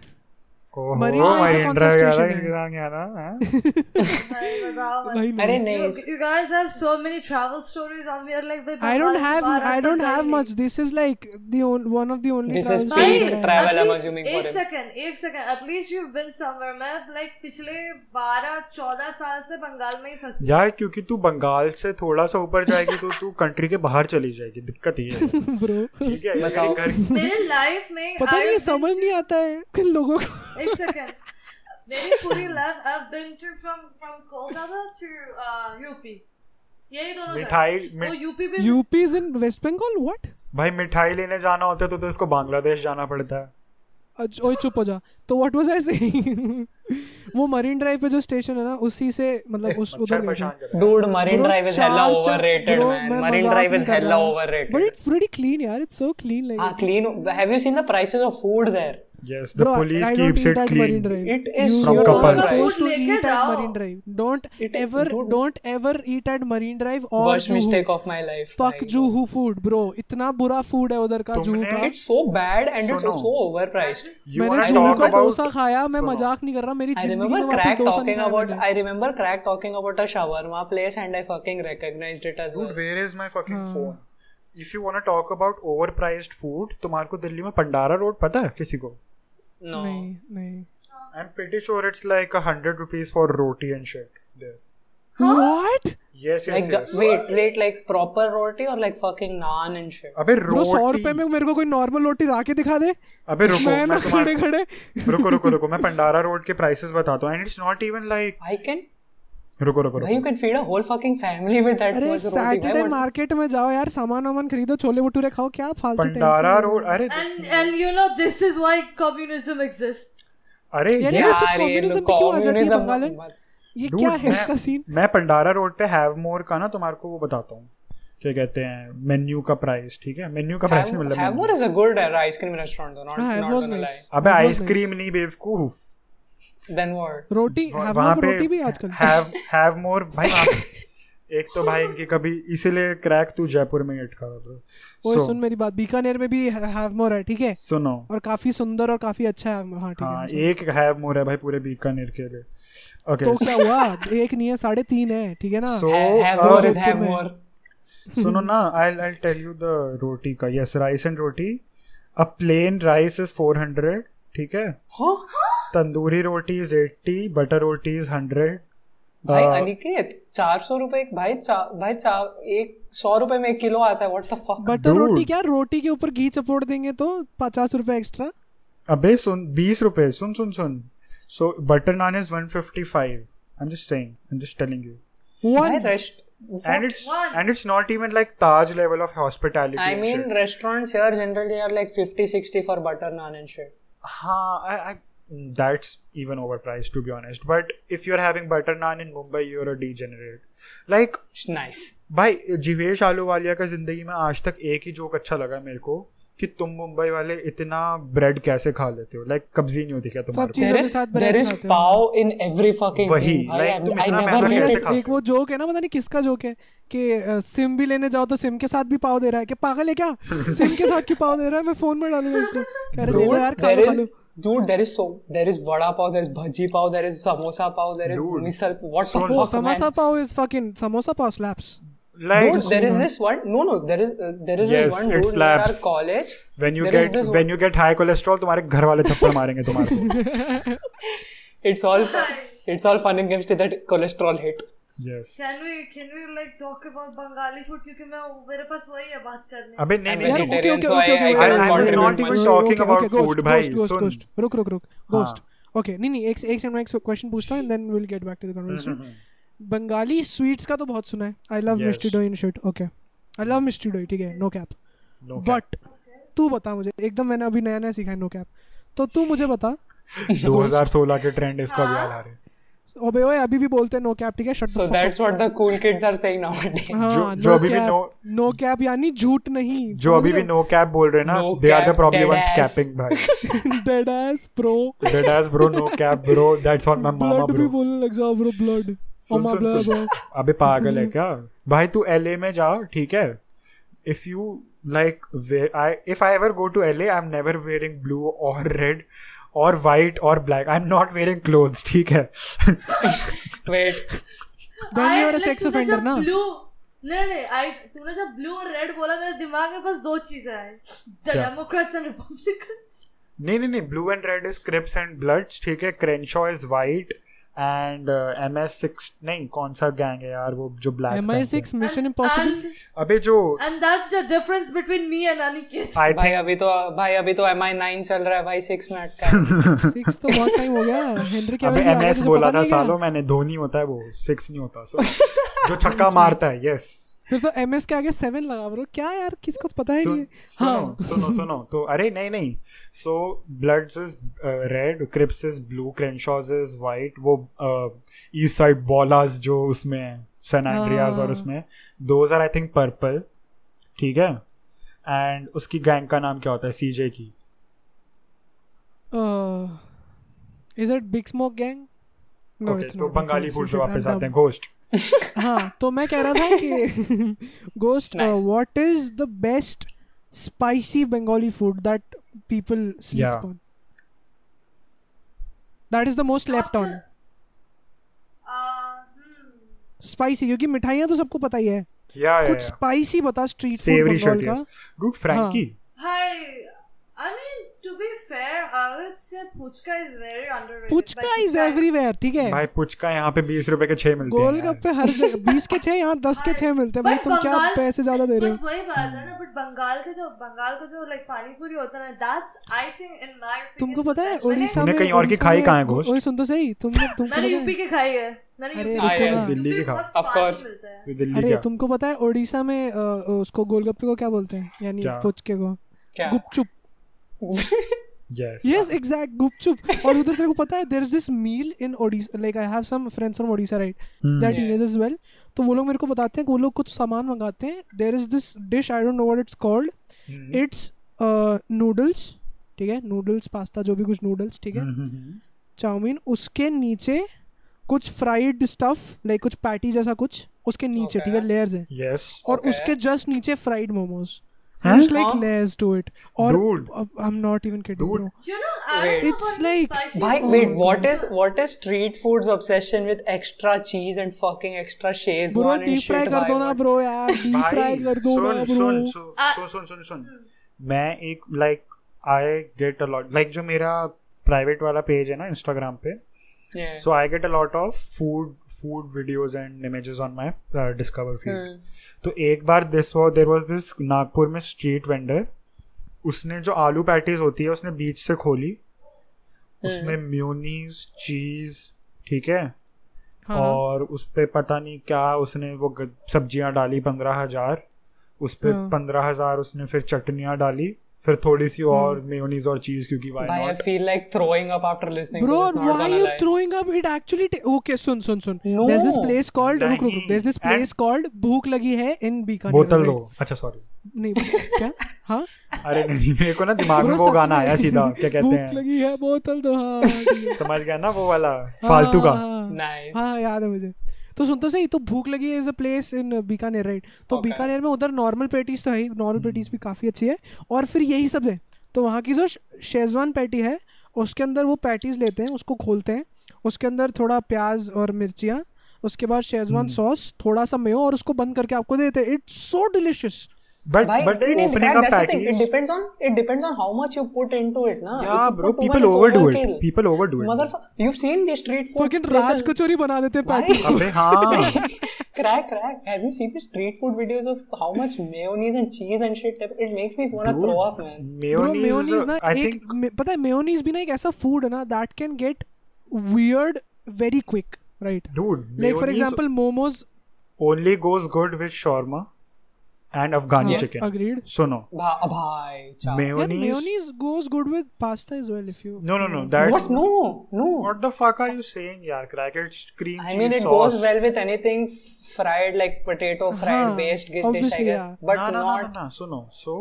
ओहो
Marine Drive का
मरीन
कौन सा
ड्राइव गया था
station है?
किसी तरह गया था हाँ?
भाई बताओ मत।
भाई
अरे
You,
नहीं
you guys have so many travel stories on me. Are like, "Bhai,
I don't
Bhopal se
have
bahar
I
आज
don't
तक
have
गई
much. This is like the on, one of the only.
This
travels
is
that I
paid
have.
travel,
at
I'm
least-
assuming for him.
एक second एक second at least you've been somewhere मैं like पिछले 12 14 साल से बंगाल में ही फंसी
यार क्योंकि तू बंगाल से थोड़ा सा ऊपर जाएगी तो तू कंट्री के बाहर चली जाएगी दिक्कत ये है
Bro,
ठीक है ये
बताओ।
मेरे घर
मेरे लाइफ में
पता
I've
नहीं
been
समझ
to-
नहीं आता है किन लोगों को.
एक सेकंड मेरी पूरी life I've been to from from Kolkata to uh, UP यही दोनों जगह।
मिठाई- मि-
वो यूपी भी
UP is in West Bengal. What?
भाई मिठाई लेने जाना होता है तो, तो इसको बांग्लादेश जाना पड़ता है
अच्छा, ओए चुप हो जा. तो what was I saying? वो मरीन ड्राइव पे जो स्टेशन है ना उसी से मतलब उस उधर
मच्छर परेशान कर
गए थे.
रहा है।
dude marine
Bro,
drive is
चार-
hella
चार-
overrated
bro,
man
मैं
marine
मजाक
drive
नहीं
is
कर
hella
रहा हूँ. But
overrated
it's pretty clean यार. It's so clean like.
ah clean have you seen the prices of food there
Yes, the
Bro, I-
police
I don't
keeps
eat
it
at Marine
clean.
Drive.
It is
you
From
you're
Kapil.
not
Kapil.
supposed to
Food लेके
eat at
जाओ।
Marine Drive. Don't
It-
ever,
dude.
don't ever eat at Marine Drive or
worst
Juhu.
mistake of my life
Fuck
like,
Juhu food, bro. इतना बुरा food है उधर का
तुमने-
Juhu का.
it's so bad and it's
सुनो।
so overpriced
You
मैंने
wanna
Juhu
talk
का
about-
डोसा खाया मैं
सुनो।
मजाक नहीं कर रहा मेरी
I
जिंदगी में
remember
वापस
crack
डोसा
talking
नहीं खाया
about
मैंने।
I remember crack talking about a shawarma place and I fucking recognized it as well.
Dude, where is my fucking
हाँ।
phone? If you want to talk about overpriced food, तुम्हारे को दिल्ली में Pandara road पता है किसी को?
No.
नहीं नहीं
I'm pretty sure it's like a hundred rupees for roti and shit. There.
What?
Yes, yes,
Like ju-
yes.
wait, wait, like proper roti or like fucking naan and shit.
अबे
bro सौ रुपए में
रोटी
मेरे को कोई normal रोटी ला के दिखा दे
अबे रुको
मैं ना
मैं
खड़े
तुम्हारे
खड़े
रुको रुको रुको मैं पंडारा रोड के प्राइसेस बताता हूँ and it's not even like
I can,
रुको रुको
bhai, you
रुको
can feed a whole fucking family with that
अरे
much roti. bhai,
Saturday
what-
market में जाओ यार सामान वामान खरीदो छोले भटूरे खाओ क्या फालतू
पंडारा
tension
रोड अरे
And and you know this is why communism exists.
अरे
यार,
ये
ये
यार,
सब
ये
communism
लोग
पे क्यों आ जाती है
communism-
बंगालन? ये
Dude,
क्या है
मैं-
इसका सीन
मैं पंडारा रोड पे हैव मोर का ना तुम्हारे को वो बताता हूँ क्या कहते हैं मेन्यू का प्राइस ठीक है मेन्यू का प्राइस नहीं
Hav-
मतलब
Havmor
menu।
is a good uh, ice cream restaurant though. Not,
हाँ,
not
Havmor's
gonna
nice.
lie.
अबे
बहुत
आइसक्रीम नहीं बेवकूफ
Then what?
रोटी
वह-
हैवमोर पे रोटी भी आजकल
हैव हैव मोर भाई आप- एक तो भाई इनकी कभी इसीलिए क्रैक तू जयपुर में गेट खा
ओए
so-
सुन मेरी बात बीकानेर में भी हैवमोर है ठीक है
सुनो
और काफी सुंदर और काफी अच्छा है Havmor, हाँ ठीक
हाँ
है
एक हैव मोर है भाई पूरे बीकानेर के लिए
तो
ओके
क्या हुआ एक नहीं है साढ़े तीन है ठीक है ना
सो
Ha-
uh,
Havmor is Havmor.
सुनो ना I I tell you the roti का yes rice and roti a plain rice is 400 ठीक है
Huh?
Uh, tandoori roti is 80 butter roti is 100
भाई
Uh,
अनिकेत चार सौ रुपए भाई चा, भाई चा, एक सौ रुपए में एक किलो आता है what the fuck
butter
Dude.
Roti क्या रोटी के ऊपर घी चपोड़ देंगे तो पचास रुपए एक्स्ट्रा
अबे सुन 20 रुपए सुन सुन सुन so butter naan is 155 I am just saying I am just telling you
भाई
one
rest
and it's
One.
and it's not even like Taj level of hospitality.
I
and
mean
shit.
restaurants here generally are like 50 60 for butter naan and shit.
Haan, I, I, that's even overpriced to be honest. But if you're having butter naan in Mumbai, you're a degenerate. Like,
It's nice.
भाई जीवेश आलूवालिया का जिंदगी में आज तक एक ही joke अच्छा लगा मेरे को कि तुम मुंबई वाले इतना ब्रेड कैसे खा लेते हो लाइक कब्जी नहीं होती क्या तुम्हारे
चीज़-
को
There
चीजों के
is
साथ
there
बनाए
is
खाते हो।
पाव in every fucking
वही,
thing. भाई,
like,
I-
तुम
I
इतना
never
महंगा
get
कैसे
it.
खाते
एक वो जोक है ना पता नहीं किसका जोक है कि अ, सिम भी लेने जाओ तो सिम के साथ भी पाव दे रहा है कि पागल है क्या सिम के साथ क्यों पाव दे रहा है मैं फोन में डालूंगा इसको कह रहे ले लो
Dude,
यार खा
there
लो खा
is
लो
dude there is so there is vada pav there is bhaji pav there is samosa pav there is
Dude,
misal what
so-
the fuck man?
Samosa pav is fucking samosa pav slaps
like
Dude, there is this one. No, no, there is uh, there is
Yes,
this one
it
dude near our
slaps.
college.
When you
there is
get
this
when you get high cholesterol तुम्हारे घर वाले थप्पड़ मारेंगे तुम्हारे को
It's all it's all fun and games to that cholesterol hit.
Yes
Can we can we like talk about Bengali food? क्योंकि मैं मेरे पास वही है बात करने
अबे नहीं
I'm
नहीं
यार
नहीं,
vegetarian. so
okay okay
I- I
okay
cannot
okay
contribute much. talking about food, भाई,
गोस्ट
सुन।
गोस्ट रुक रुक रुक
हाँ।
गोस्ट ओके नहीं नहीं एक एक सेकंड मैं एक क्वेश्चन पूछता हूं and then we will get back to the conversation Bengali sweets का तो बहुत सुना है I love
hmm, Yes.
Mishti doi in shit okay I love mishti doi ठीक है no cap
no cap.
But तू बता मुझे एकदम मैंने अभी नया नया सीखा है नो कैप तो तू मुझे बता
2016 के ट्रेंड इसका भी याद आ रहे
ओबे ओए अभी भी बोलते हैं नो कैप ठीक है shut
So that's what the cool kids are saying nowadays.
हाँ,
जो- जो अभी भी no-
नो कैप यानी झूठ नहीं
जो अभी भी नो कैप बोल रहे हैं ना
No
they are
cap,
the problem
dead
once
ass.
Capping भाई
dead ass bro
dead ass bro no cap bro that's on my mama
blood भी
ब्रो
बोलने लग जाओ ब्रो ब्लड
सुन सुन सुन अबे पागल है क्या भाई तू एलए में जा ठीक है if you like I if I ever go to LA I am never wearing blue और रेड और वाइट और black I am not wearing clothes ठीक है
Wait,
Then
I-
you are a
like,
sex
तूने
offender
जब
ना?
blue नहीं नहीं I तूने जब blue और red बोला मेरे दिमाग में बस दो चीजें आई the
क्या?
democrats and republicans
नहीं नहीं नहीं blue and red is Crips and Bloods ठीक है Crenshaw is white and M S six नहीं कौन सा गैंग है यार वो जो black
M I six mission
And-
impossible
and,
अबे जो
and that's the difference between me and Aniket
आई
भाई
थिंक
अभी तो भाई अभी तो MI9 चल रहा है भाई 6 में अटका है।
सिक्स तो बहुत टाइम हो गया हेनरी
अबे
कैविल
एम एस बोला था सालों मैंने धोनी होता है वो सिक्स नहीं होता सो जो छक्का मारता है यस
फिर तो एम एस के आगे सेवन लगा ब्रो क्या यार किसको पता है ये हाँ
सुनो सुनो सुनो तो अरे नहीं नहीं so Bloods is red Crips is blue Crenshaws is white वो uh, ईस्ट साइड बॉलाज जो उसमें है सैन एंड्रियाज और
हाँ।
उसमें those are I think purple ठीक है एंड उसकी गैंग का नाम क्या होता है सीजे की
is it Big Smoke gang
okay so Bengali food पे वापस आते हैं घोस्ट
हाँ तो मैं कह रहा था कि uh, ghost
Nice.
What is the best spicy Bengali food that people
Yeah.
Sleep on that is the most left on
Uh, hmm.
Spicy क्योंकि मिठाइयाँ तो सबको पता ही है
या
कुछ स्पाइसी बता street food
Sewri shirt
Bengal का
यस डूड फ्रैंकी
भाई I mean to be fair, I would say Puchka is very underrated.
Puchka
Like,
is
it's fine.
Everywhere ठीक है
भाई पुचका यहाँ पे बीस रुपए के छह मिलते हैं यार।
गोलगप्पे हर जगह बीस के छह यहाँ दस के छह मिलते हैं भाई
But
तुम क्या
बंगाल-
पैसे ज्यादा दे रहे हो
But वही बात है ना बट बंगाल के जो बंगाल का जो लाइक पानी पूरी होता है ना that's I think in my
तुमको पता है
ओडिशा
उड़ीसा
तुमने
में
कहीं और की
उड़ीसा
खाई
में-
कहाँ है गोश्त?
ओए सुन तो सही तुमने तुमको
मैंने
पता
यूपी
है-
की खाई है मैंने
अरे
यूपी
रुको
की
ना।
खाई
दिल्ली की खाओ।
Of course.
दिल्ली
अरे
क्या
तुमको पता है उड़ीसा में अ, अ, उसको गोलगप्पे को क्या बोलते हैं यानी
क्या?
पुचके को
क्या
gupchup
yes
yes exact gupchup और उधर तेरे को पता है there is this meal in Odisha like I have some friends from Odisha right
Hmm. Hmm.
That
Yeah.
Is as well तो वो लोग मेरे को बताते हैं कि वो लोग कुछ सामान मंगाते हैं there is this dish I don't know what it's called
Hmm.
It's noodles uh, ठीक है नूडल्स पास्ता जो भी कुछ नूडल्स ठीक
Hmm.
है चाउमीन उसके नीचे कुछ फ्राइड स्टफ लाइक कुछ पैटी जैसा कुछ उसके नीचे
Okay.
ठीक है लेयर्स है
यस
और
Okay.
उसके जस्ट नीचे फ्राइड मोमोज
हैं?
लाइक
हाँ।
लेयर्स टू इट और
Dude.
I am not even kidding
Dude.
Bro
you know I
Wait.
It's like-
Why, wait, what is what is street food's obsession with extra cheese and fucking extra chaise?
Bro
one and
deep
shit,
fry कर
why
दो ना
not?
Bro यार deep fry कर दो ना
सुन
bro
सुन सु-
आ-
सुन सुन सुन सुन मैं एक like I get a lot like जो मेरा प्राइवेट वाला पेज है ना इंस्टाग्राम पे
Yeah.
So I get a lot of food food videos and images on my discover feed
Hmm.
तो एक बार this was there was this Nagpur में स्ट्रीट वेंडर उसने जो आलू पैटीज होती है उसने बीच से खोली उसमें
हम्म।
म्यूनीस चीज ठीक है
हाँ, हां
और उस पे पता नहीं क्या उसने वो ग- सब्जियां डाली पंद्रह हजार उस पे
हाँ।
पंद्रह हजार उसने फिर चटनियां डाली फिर थोड़ी सी और मेयोनीज और चीज क्योंकि why
Why I
not
feel like throwing up after listening
bro
to this. not
why
gonna
you
lie.
Throwing up it actually okay सुन सुन सुन
No.
There is this place called रुक रुक
नहीं.
There is this place
And-
called Bhookh लगी है इन बीकानेर
बोतल
right?
दो अच्छा सॉरी
नहीं क्या हाँ? हां
अरे नहीं नहीं, मेरे को ना दिमाग में वो गाना आया सीधा क्या कहते
भूख
हैं
लगी है बोतल दो हां
समझ गया ना वो वाला फालतू का
Nice.
हाँ याद है मुझे तो सुनते सही तो भूख लगी है is a place in Bikaner right
Okay.
तो
Hmm.
बीकानेर में उधर नॉर्मल पेटीज तो है ही नॉर्मल पेटीज भी काफ़ी अच्छी है और फिर यही सब है तो वहाँ की जो शेजवान पैटी है उसके अंदर वो पैटीज लेते हैं उसको खोलते हैं उसके अंदर थोड़ा प्याज और मिर्चियाँ उसके बाद शेजवान
Hmm.
सॉस थोड़ा सा मेयो और उसको बंद करके आपको देते हैं it's so delicious
but
Why-
but
in fact,
opening up
that's the thing. It
package
depends on it depends on how much you put into it, na.
Yeah,
If you
bro,
put too
people
much, it's
overdo it.
overkill.
People overdo it.
Motherfucker, you've seen the street food.
लेकिन राज
places-
kachori बना देते हैं
Why?
Patty
अबे हाँ
crack, crack. Have you seen the street food videos of how much mayonnaise and cheese and shit? It makes me want to throw up, man.
Bro
mayonnaise
mayonnaise ना
I
एक
think
मे- पता है mayonnaise भी ना एक ऐसा food है ना that can get weird very quick right
dude
like for example momos uh,
only goes good with shawarma and Afghani
Yeah.
chicken.
agreed
Suno.
Bha- bhai, cha.
yeah,
Mayonnaise.
mayonnaise goes good with pasta as well if you
No, no, no. That's
What?
what?
No, no.
the fuck are you saying, yaar? Crack it's cream
I
cheese
mean, it
sauce.
goes well with anything f- fried, like potato fried
Haan,
based dish, I
obviously,
guess.
yeah.
But
no, no,
not.
no, no, no. Suno. So,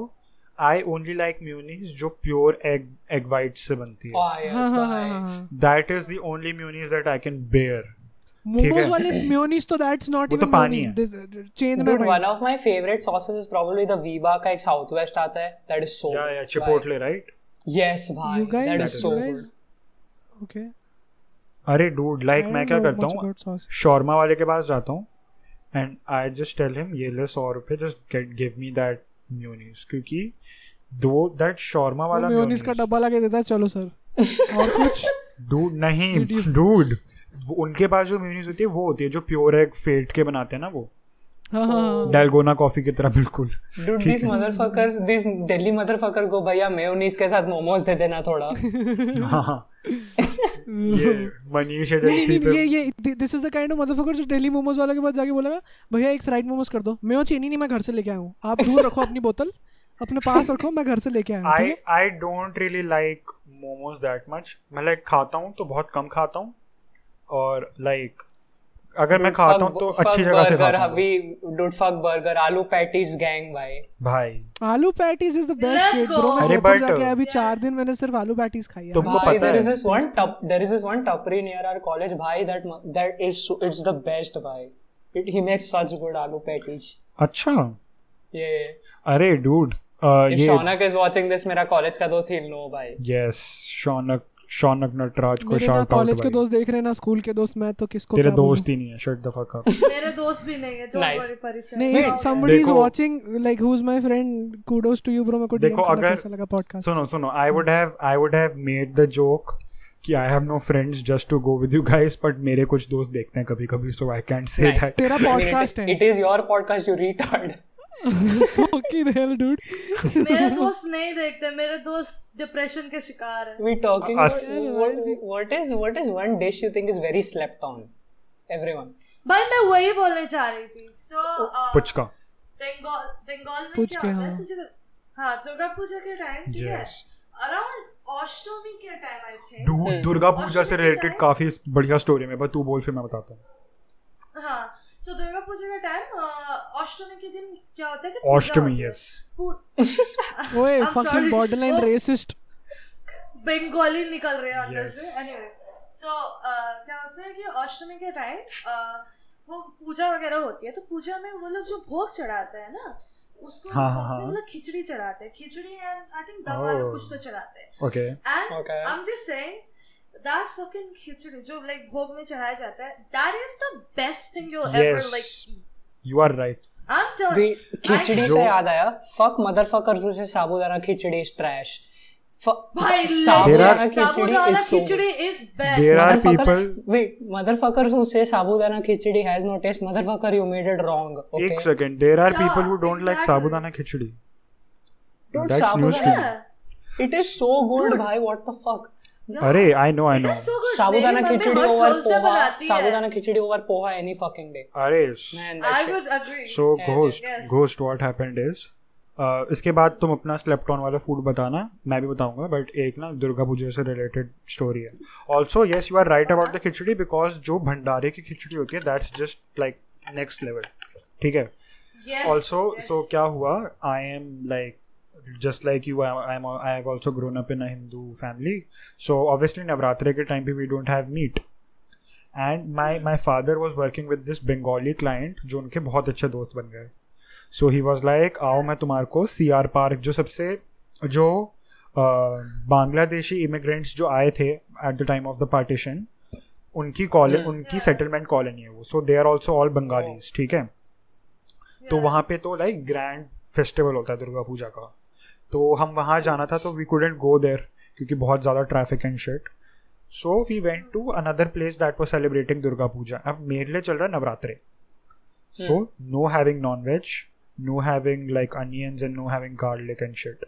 I only like mayonnaise जो pure egg egg white से बनती है.
Oh, yes,
हाँ, हाँ,
bhai.
हाँ, हाँ.
That is the only mayonnaise that I can bear.
momos
है।
वाले mayonnaise तो that's not
वो तो
even
पानी
mayonnaise.
है।
This- uh, change my
Dude, one
mind
of my favorite sauces is probably the Viva का एक Southwest आता है. That is so.
Yeah, yeah.
good,
Chipotle, right?
bhai. Yes, bhai.
you guys
that is so
you
good.
guys okay
अरे dude, like
I
मैं
don't
क्या
know
करता
Oh, much
हूँ
about sauce.
Shawarma वाले के पास जाता हूँ and I just tell him ये ले सौ रुपये just get give me that mayonnaise क्योंकि दो दैट शॉर्मा
वो
वाला
mayonnaise का
म्योनीज
डब्बा लगे देता है चलो सर और कुछ
डूड नहीं डूड उनके पास जो म्यूनीस होती है वो होती है जो प्योर एग फेट के बनाते हैं ना वो
हाँ हाँ
Oh.
हाँ।
डेलगोना कॉफी की तरह बिल्कुल
Dude, these motherfuckers, these Delhi motherfuckers go भैया मेयोनीज के साथ मोमोज दे देना थोड़ा.
हाँ हाँ ये मनीष
नहीं
एजेंसी
नहीं ये
पे
ये this is the kind of motherfucker जो दिल्ली मोमोज वाले के पास जाके बोलेगा भैया एक फ्राइड मोमोज कर दो मेयो चीनी नहीं मैं घर से लेके आया हूँ आप दूर रखो अपनी बोतल अपने पास रखो मैं घर से लेके आया हूँ ठीक
आई
है?
I don't really like momos that much मैं लाइक खाता हूँ तो बहुत कम खाता हूँ और लाइक अगर मैं खाता हूँ तो अच्छी जगह से
बर्गर
खाता हूँ
हवी डूड फक बर्गर आलू पैटीज गैंग भाई
भाई
आलू patties is the best
Let's
shit
go.
Bro मैं
अरे
जयपुर
but-
जाके आया, अभी
Yes.
चार दिन मैंने सिर्फ आलू पैटीज खाई है
तुमको
भाई
पता
देयर
है?
इज दिस वन टप देयर इज दिस वन टपरी नियर आवर कॉलेज भाई that that is it's the best भाई it he makes such good आलू पैटीज
अच्छा
ये
अरे डूड
इफ
ये
शौनक इज वाचिंग दिस मेरा कॉलेज का दोस्त ही नो भाई
यस शौनक शौनक नटराज को
मेरे ना
शाउट
कॉलेज
आउट
के दोस्त देख रहे हैं ना स्कूल के दोस्त मैं तो
तो
किसको
तेरे
क्या अच्छा।
दोस्त ही नहीं है शट द फक अप
मेरे दोस्त भी नहीं है don't
Nice.
worry, परिचय
बोलूं? नहीं
It's all
if
good.
somebody is
देखो-
watching like who's my friend kudos to you bro मेरे को DM
देखो,
करना
अगर-
कैसा लगा podcast
सुनो सुनो I would have I would have made the joke कि I have no friends just to go with you guys but मेरे कुछ दोस्त देखते हैं कभी कभी so I can't say
Nice.
That
तेरा पॉडकास्ट है
it is your podcast you retard
fucking hell dude
मेरे दोस्त नहीं देखते मेरे दोस्त डिप्रेशन के शिकार है
we talking
Us.
about what, what is what is one dish you think is very slept on everyone
भाई मैं वही बोलने जा रही थी सो
पुचका
बंगाल बंगाल में
पूछ
क्या
के,
होता है
हाँ।
तुझे हाँ दुर्गा पूजा के टाइम ठीक है
यस
अराउंड अष्टमी के time I think
do Durga Puja से
और
रिलेटेड
सुनो
काफी बढ़िया स्टोरी में बस तू बोल फिर मैं बताता हूँ
हाँ सो दुर्गा पूजा के टाइम अष्टमी के दिन क्या होता है कि पूजा
अष्टमी
होती है।
यस
पू-
ओए
I'm
fucking
sorry.
borderline
Oh.
racist
Bengali निकल रहे हैं अंदर
Yes.
से एनीवे सो क्या होता है कि अष्टमी के टाइम वो पूजा वगैरह होती है तो पूजा में वो लोग जो भोग चढ़ाते हैं ना उसको
हाँ, हाँ,
भोग में
हाँ।
वो लोग खिचड़ी चढ़ाते हैं khichdi and I think dum aloo
Oh.
कुछ तो चढ़ाते हैं
okay
and
okay
I am just saying that fucking khichdi जो लाइक भोग में चढ़ाया जाता है that is the best thing you ever
Yes.
Like
you are right
I
Wait,
am telling
khichdi
जो-
से याद आया फक मदरफकर्स उसे साबूदाना खिचड़ी इज ट्रैश
भाई
sabudana
legit, sabudana
khichdi
khichdi
is so
is best
there are
Motherfuckers-
people
wait motherfuckers who say sabudana khichdi has no taste motherfucker you made it wrong okay
एक second there are
Yeah,
people who don't like
exactly.
Sabudana khichdi
Dude,
that's news to
sabudana- it is so good bhai what the fuck
अरे I know I know
sabudana khichdi over poha sabudana
sabudana
khichdi over poha any fucking day
अरे
man
I
that's it.
Would agree
so
Yeah,
ghost
yes.
Ghost what happened is uh, इसके बाद तुम अपना स्लेप्टॉन वाला food बताना मैं भी बताऊंगा बट एक ना दुर्गा पूजा से रिलेटेड स्टोरी है also yes you are right about the khichdi because जो भंडारे की खिचड़ी होती है that's just like next level ठीक है ऑल्सो सो क्या हुआ I am like just like you I am I have also grown up in a Hindu family so obviously नवरात्रे के टाइम पे we don't have meat and my my father was working with this Bengali client जो उनके बहुत अच्छे दोस्त बन गए so he was like आओ मैं तुम्हारे को सी आर पार्क जो सबसे जो अ, बांग्लादेशी इमिग्रेंट्स जो आए थे at the time of the partition उनकी कॉलोनी उनकी सेटलमेंट कॉलोनी है वो so they are also all Bengalis ठीक है तो वहाँ पे तो लाइक ग्रैंड फेस्टिवल होता है दुर्गा पूजा का तो हम वहाँ जाना था तो वी कुडेंट गो देर क्योंकि बहुत ज़्यादा traffic and shit so we went to another place that was celebrating Durga Puja अब मेरे लिए चल रहा है Navratre so no having non veg no having like onions and no having garlic and shit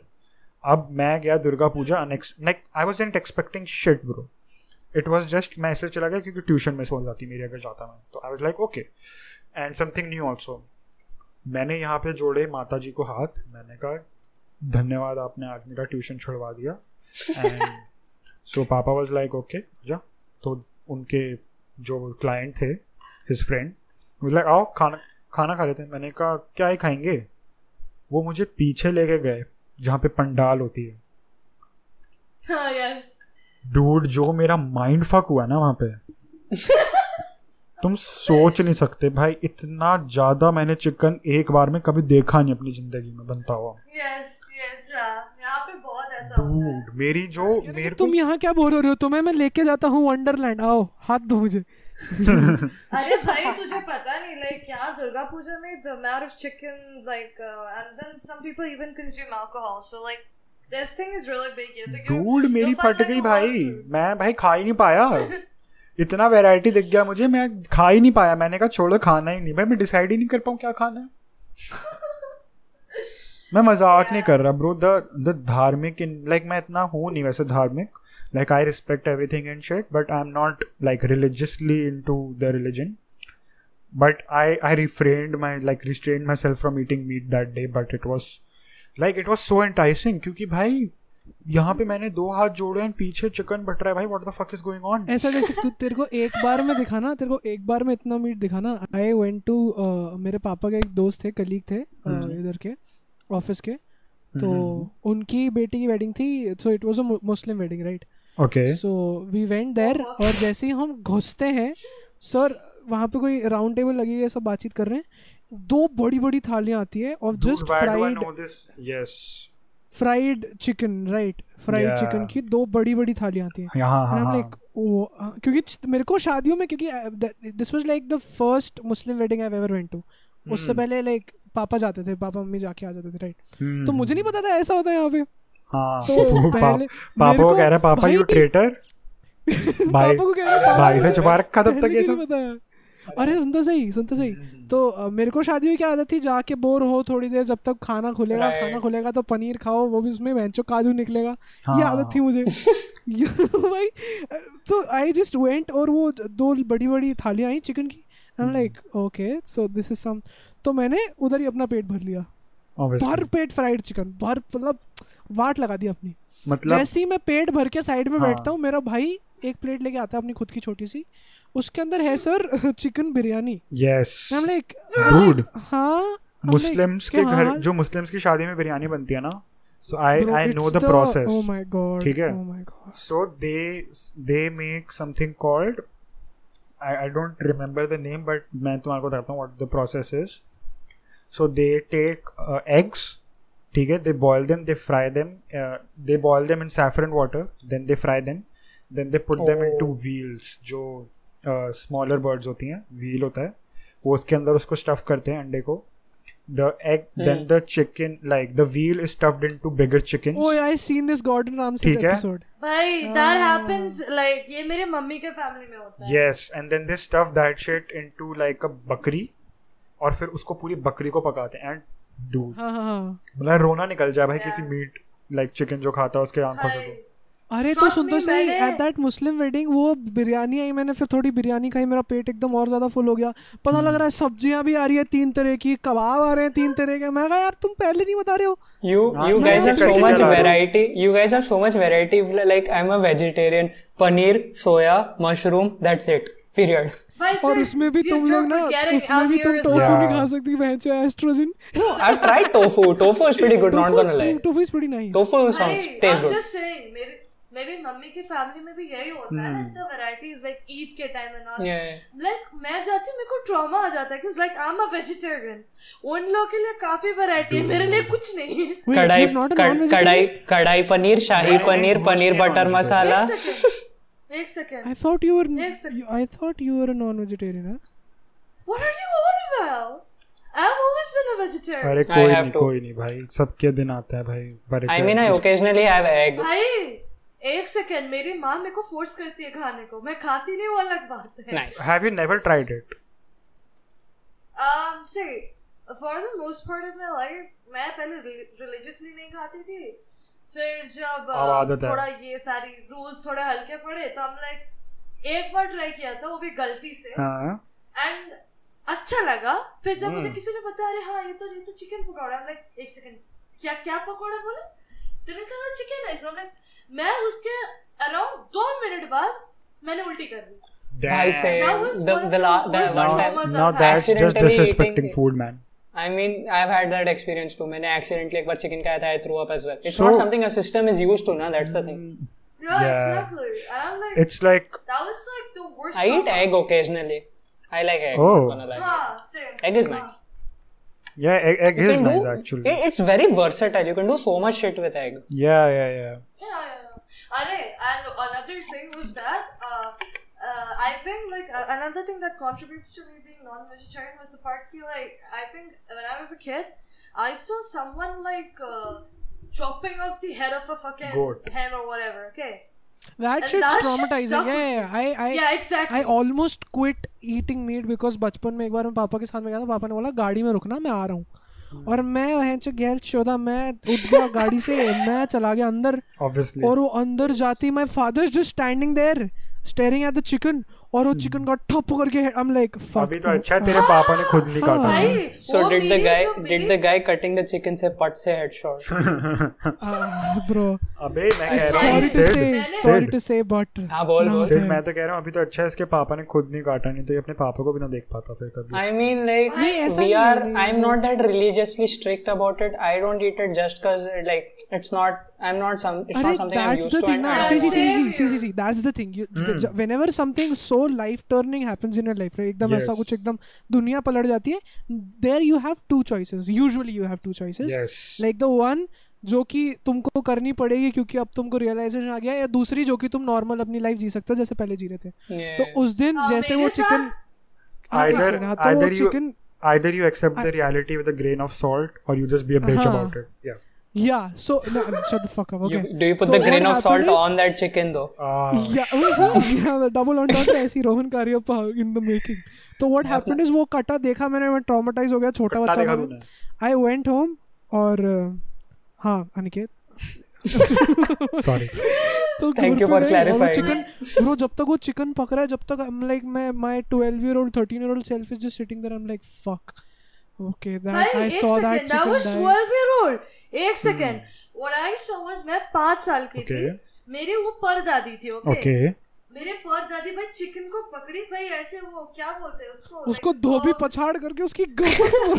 अब मैं गया Durga Puja like I was इंट expecting shit bro it was just मैं इसलिए चला गया क्योंकि ट्यूशन में सो जाती मेरी अगर जाता मैं तो I was like okay and something new also मैंने यहाँ पे जोड़े माता जी को हाथ मैंने कहा धन्यवाद आपने आज मेरा ट्यूशन छुड़वा दिया एंड सो पापा वॉज लाइक ओके जा तो उनके जो क्लाइंट थे हिज फ्रेंड लाइक आओ खाना खाना खा लेते हैं मैंने कहा क्या ही खाएंगे वो मुझे पीछे लेके गए जहाँ पे पंडाल होती है
यस
डूड जो मेरा माइंड फक हुआ ना वहाँ पे तुम सोच नहीं सकते भाई इतना ज़्यादा मैंने चिकन एक बार में कभी देखा नहीं अपनी ज़िंदगी में बनता हुआ
यस यस यहाँ पे बहुत ऐसा होता है
डूड मेरी जो मेरे को
तुम यहाँ क्या बोल रहे हो तुम्हें मैं लेके जाता हूँ वंडरलैंड आओ हाथ दो मुझे
अरे भाई तुझे पता नहीं लाइक यहाँ दुर्गा पूजा में the amount of chicken like and then some people even consume alcohol so like this thing is really big you think
dude मेरी फट गई भाई मैं भाई खा ही नहीं पाया इतना वैरायटी दिख गया मुझे मैं खा ही नहीं पाया मैंने कहा छोड़ो खाना ही नहीं भाई मैं डिसाइड ही नहीं कर पाऊँ क्या खाना है मैं मजाक नहीं कर रहा ब्रो द द धार्मिक लाइक मैं इतना हूँ नहीं वैसे धार्मिक like I respect everything and shit but I am not like religiously into the religion but I I refrained my like restrained myself from eating meat that day but it was like it was so enticing क्योंकि भाई यहाँ पे मैंने दो हाथ जोड़े and पीछे chicken but रहा है भाई what the fuck is going on
ऐसा जैसे तू तेरे को एक बार में दिखा ना तेरे को एक बार में इतना मीट दिखा ना आई वेंट टू uh, मेरे पापा के एक दोस्त थे कलीग थे uh, इधर के ऑफिस के तो उनकी बेटी की वेडिंग थी so it was a Muslim wedding right
okay
so we went there और जैसे ही हम घुसते हैं सर वहाँ पे कोई राउंड टेबल लगी हुई है सब बातचीत कर रहे हैं दो बड़ी बड़ी थालियां आती है और just fried
yes
fried chicken right fried
Yeah.
Chicken की दो बड़ी बड़ी थालियाँ थी
हाँ
And
हाँ
I'm
हाँ
like, "Oh, uh," क्योंकि च- मेरे को शादियों में क्योंकि uh, this was like the first Muslim wedding I ever went to उससे
Hmm.
पहले लाइक पापा जाते थे पापा मम्मी जाके आ जाते थे राइट
हम्म,
तो मुझे नहीं पता था ऐसा होता है यहाँ पे
हाँ
तो
वो
पहले
पाप-
मेरे
पापा को
को
कह रहा है पापा
भाई-
यू ट्रेटर भाई
पापा को कह रहा है, "पापा,
भाई से
मुझे
छुपा रखा तब
पहले
तक ये
क्यों
सब
नहीं बताया अरे सुनते सही सुनते सही तो अ, मेरे को शादी में क्या आदत थी जाके बोर हो थोड़ी देर जब तक खाना खुलेगा
Right.
खाना खुलेगा तो पनीर खाओ वो भी उसमें वेंचो काजू निकलेगा
हाँ।
ये आदत थी मुझे ये भाई तो आई जस्ट वेंट और वो दो बड़ी बड़ी थालियाँ आई चिकन की I
hmm.
Am like okay so this is some तो मैंने उधर ही अपना पेट भर लिया
Obviously.
भर पेट फ्राइड चिकन भर मतलब वाट लगा दी अपनी
मतलब
जैसे ही मैं पेट भर के साइड में
हाँ।
बैठता हूँ मेरा भाई एक प्लेट लेके आता है अपनी खुद की छोटी सी उसके अंदर है sir chicken biryani
yes
I'm like,
Rude.
हाँ I'm like,
मुस्लिम्स
क्या
के घर
हाल?
जो मुस्लिम्स की शादी में बिरयानी बनती है ना सो आई
हाँ। Bro,
आई नो
it's
द
the- Oh
process
my god.
ठीक है?
Oh my god.
so they they make something called I, I don't remember the name but मैं तुम्हारे को बताता हूँ what the process is so they take uh, eggs ठीक है they boil them they fry them uh, they boil them in saffron water then they fry them then they put them
Oh.
into wheels जो uh, smaller birds होती हैं wheel होता है वो उसके अंदर उसको stuff करते हैं अंडे को the egg
hmm.
then the chicken like the wheel is stuffed into bigger chickens
Oh, yeah, I seen this Gordon Ramsay
ठीक है?
episode.
भाई दैट
Ah.
हैपेंस लाइक ये मेरे मम्मी के फैमिली में होता है
yes and then they stuff that shit into like a बकरी और फिर उसको पूरी बकरी को पकाते हैं एंड डू
हाँ हाँ हाँ
मतलब रोना निकल जाए भाई
Yeah.
किसी मीट लाइक चिकन जो खाता है उसके आंखों से
भाई,
तो
अरे तो
Trust
सुन तो
me,
सही
मैंने-
एट दैट मुस्लिम वेडिंग वो बिरयानी आई मैंने फिर थोड़ी बिरयानी खाई मेरा पेट एकदम और ज्यादा फुल हो गया पता
Hmm.
लग रहा है सब्जियां भी आ रही है तीन तरह की कबाब आ रहे हैं तीन तरह के मैं कहा यार तुम पहले नहीं बता रहे हो
You
हाँ,
you
मैं
guys
ऐसे
have so
करके
much
चला रहा हूँ।
variety. You guys have so much variety. Like I'm a vegetarian. Paneer, soya, mushroom. That's it. Period.
भाई
और
sir,
उसमें भी
you're
तुम लोग ना
forgetting
उसमें
out
भी
here
तुम तो-
is
टोफू
well.
नहीं
Yeah.
खा सकती भैंस oestrogen
No, I've tried tofu. Tofu is pretty good. Not gonna lie.
Tofu is pretty nice
Tofu sounds
Hey,
tastes
I'm
good.
just saying, मेरे मेरी मम्मी की फैमिली में भी यही होता है
Hmm.
ना द वैरायटीज लाइक ईद के time and all
Yeah.
Like मैं जाती हूँ मेरे को ट्रॉमा आ जाता है कि like I am a vegetarian उन लोगों के लिए काफी वैरायटी है मेरे लिए कुछ नहीं है
कढ़ाई कढ़- कढ़ाई कढ़ाई पनीर शाही
नहीं,
पनीर
वो
पनीर
उसके
बटर
non-veg
मसाला
एक सेकंड एक
I
second
thought you were
एक second.
I thought you were a non vegetarian
what are you on about I have always been a vegetarian
अरे कोई
have
नहीं
to.
कोई नहीं भाई सबके दिन आता है भाई पर
I mean I occasionally have egg
भाई एक सेकंड मेरी माँ मेरे को फोर्स करती है खाने को मैं खाती नहीं वो अलग बात है
nice
have you never tried it
um see for the most part of my life मैं पहले रिलीजियसली नहीं खाती थी फिर जब
अब
uh,
आदत है।
थोड़ा ये सारी रूल्स थोड़े हल्के पड़े तो हम लाइक एक बार ट्राई किया था वो भी गलती से
हां
एंड अच्छा लगा फिर जब मुझे
Hmm.
किसी ने बताया अरे हाँ ये तो ये तो चिकन पकौड़ा I'm like एक सेकंड क्या क्या पकौड़ा बोले तो मैं लगा चिकन है इसमें I'm like, मैं उसके अराउंड दो मिनट बाद मैंने उल्टी कर दी
भाई से
That was
the
one of
the
the
la- the
worst
one
traumas.
time
now that's just
Accidentally
disrespecting
eating-
food man
I mean, I've had that experience too. मैंने accidentally एक बार chicken खाया था, I threw up as well. It's
So-
not something a system is used to, na. That's the thing.
Yeah,
Yeah.
exactly. And I'm like,
it's like
that was like the worst.
I eat
trauma.
egg occasionally. I like egg.
Oh.
not gonna lie.
हाँ, same,
Egg is
same,
nice.
Yeah egg
You
is
can
nice
do-
actually
it- It's very versatile. You can do so much shit with egg.
Yeah yeah yeah
Yeah, yeah, yeah. Are, and another thing was that uh, uh, I think like uh, another thing that contributes to me being non-vegetarian was the part ki, like I think when I was a kid, I saw someone like uh, chopping off the head of a fucking
Goat.
hen or whatever. Okay.
That
And
shit's
that shit
traumatizing.
stuck
Yeah,
with
yeah, yeah. I, I,
yeah, exactly.
I almost quit eating meat because बचपन में एक बार मैं पापा के साथ में गया था पापा ने बोला गाड़ी में रुकना मैं आ रहा
Hmm.
हूँ और मैं वहाँ से गैल शोधा मैं उठ गया गाड़ी से मैं चला गया अंदर
ऑब्वियसली
और वो अंदर जाती my father just standing there staring at the chicken और
Hmm.
वो चिकन का ठप करके आई एम लाइक
अभी तो अच्छा है तेरे पापा ने खुद नहीं काटा
भाई,
So
वो
did the
मेरी
guy?
जो
Did
मेरी-
the guy cutting the chicken say pot say headshot?
Bro
अबे मैं कह रहा हूँ
सॉरी टू
Sid,
से
मैंने-
सॉरी
Sid.
टू से बट
हाँ, बोल, बोल।
सिर्फ मैं तो कह रहा हूँ अभी तो अच्छा है इसके पापा ने खुद नहीं काटा नहीं तो ये अपने पापा को भी ना देख पाता फिर कभी
I mean, like
नहीं, ऐसा
we
नहीं है,
are.
नहीं,
I'm
नहीं।
not that religiously strict about it. I don't eat it just because, like, it's not. I'm not some. It's
अरे
not something I'm
that's
used
the
to.
Thing
and
ना
I
see
don't
see
want it.
See see see see see that's the thing
Hmm.
Whenever something so life turning happens in your life right एकदम ऐसा
Yes.
कुछ एकदम दुनिया पलट जाती है there you have two choices usually you have two choices
yes
like the one जो कि तुमको करनी पड़ेगी क्योंकि अब तुमको रियलाइजेशन आ गया है, या दूसरी जो कि तुम नॉर्मल अपनी लाइफ जी सकते हो जैसे पहले जी रहे थे तो उस दिन
हाँ,
जैसे वो हाँ,
मेरे साथ?
चिकन
Either-
तो
either you-
chicken
Either you accept the reality with a grain of salt, or you just be a bitch
Uh-huh.
about it. Yeah.
या so shut the fuck up okay
You, do you put the grain of salt on that chicken though?
Uh,
yeah, oh, yeah, the double entendre ऐसी Rohan कार्यप्पा in the making. तो what happened is वो कटा देखा मैंने मैं traumatized हो गया छोटा
कट्टा
बच्चा
देखा
था मैं.
तूने?
I went home और अ, हाँ अनिकेत
Sorry.
तो
Thank
घर
you
पे
for
गए और वो
clarifying.
चिकन ब्रो जब तक वो चिकन पक रहा है जब तक आई एम लाइक मैं my 12 year old 13 year old self is just sitting there I'm like fuck okay that I
भाई एक
saw that
second I
chicken Hmm.
Was
die
12 year old एक second what I saw was मैं 5 साल की
Okay.
थी मेरी वो परदादी थी ओके
Okay.
मेरे परदादी भाई चिकन को पकड़ी भाई ऐसे वो क्या बोलते हैं उसको
उसको
like,
धोबी
अ,
पछाड़ करके उसकी गर्दन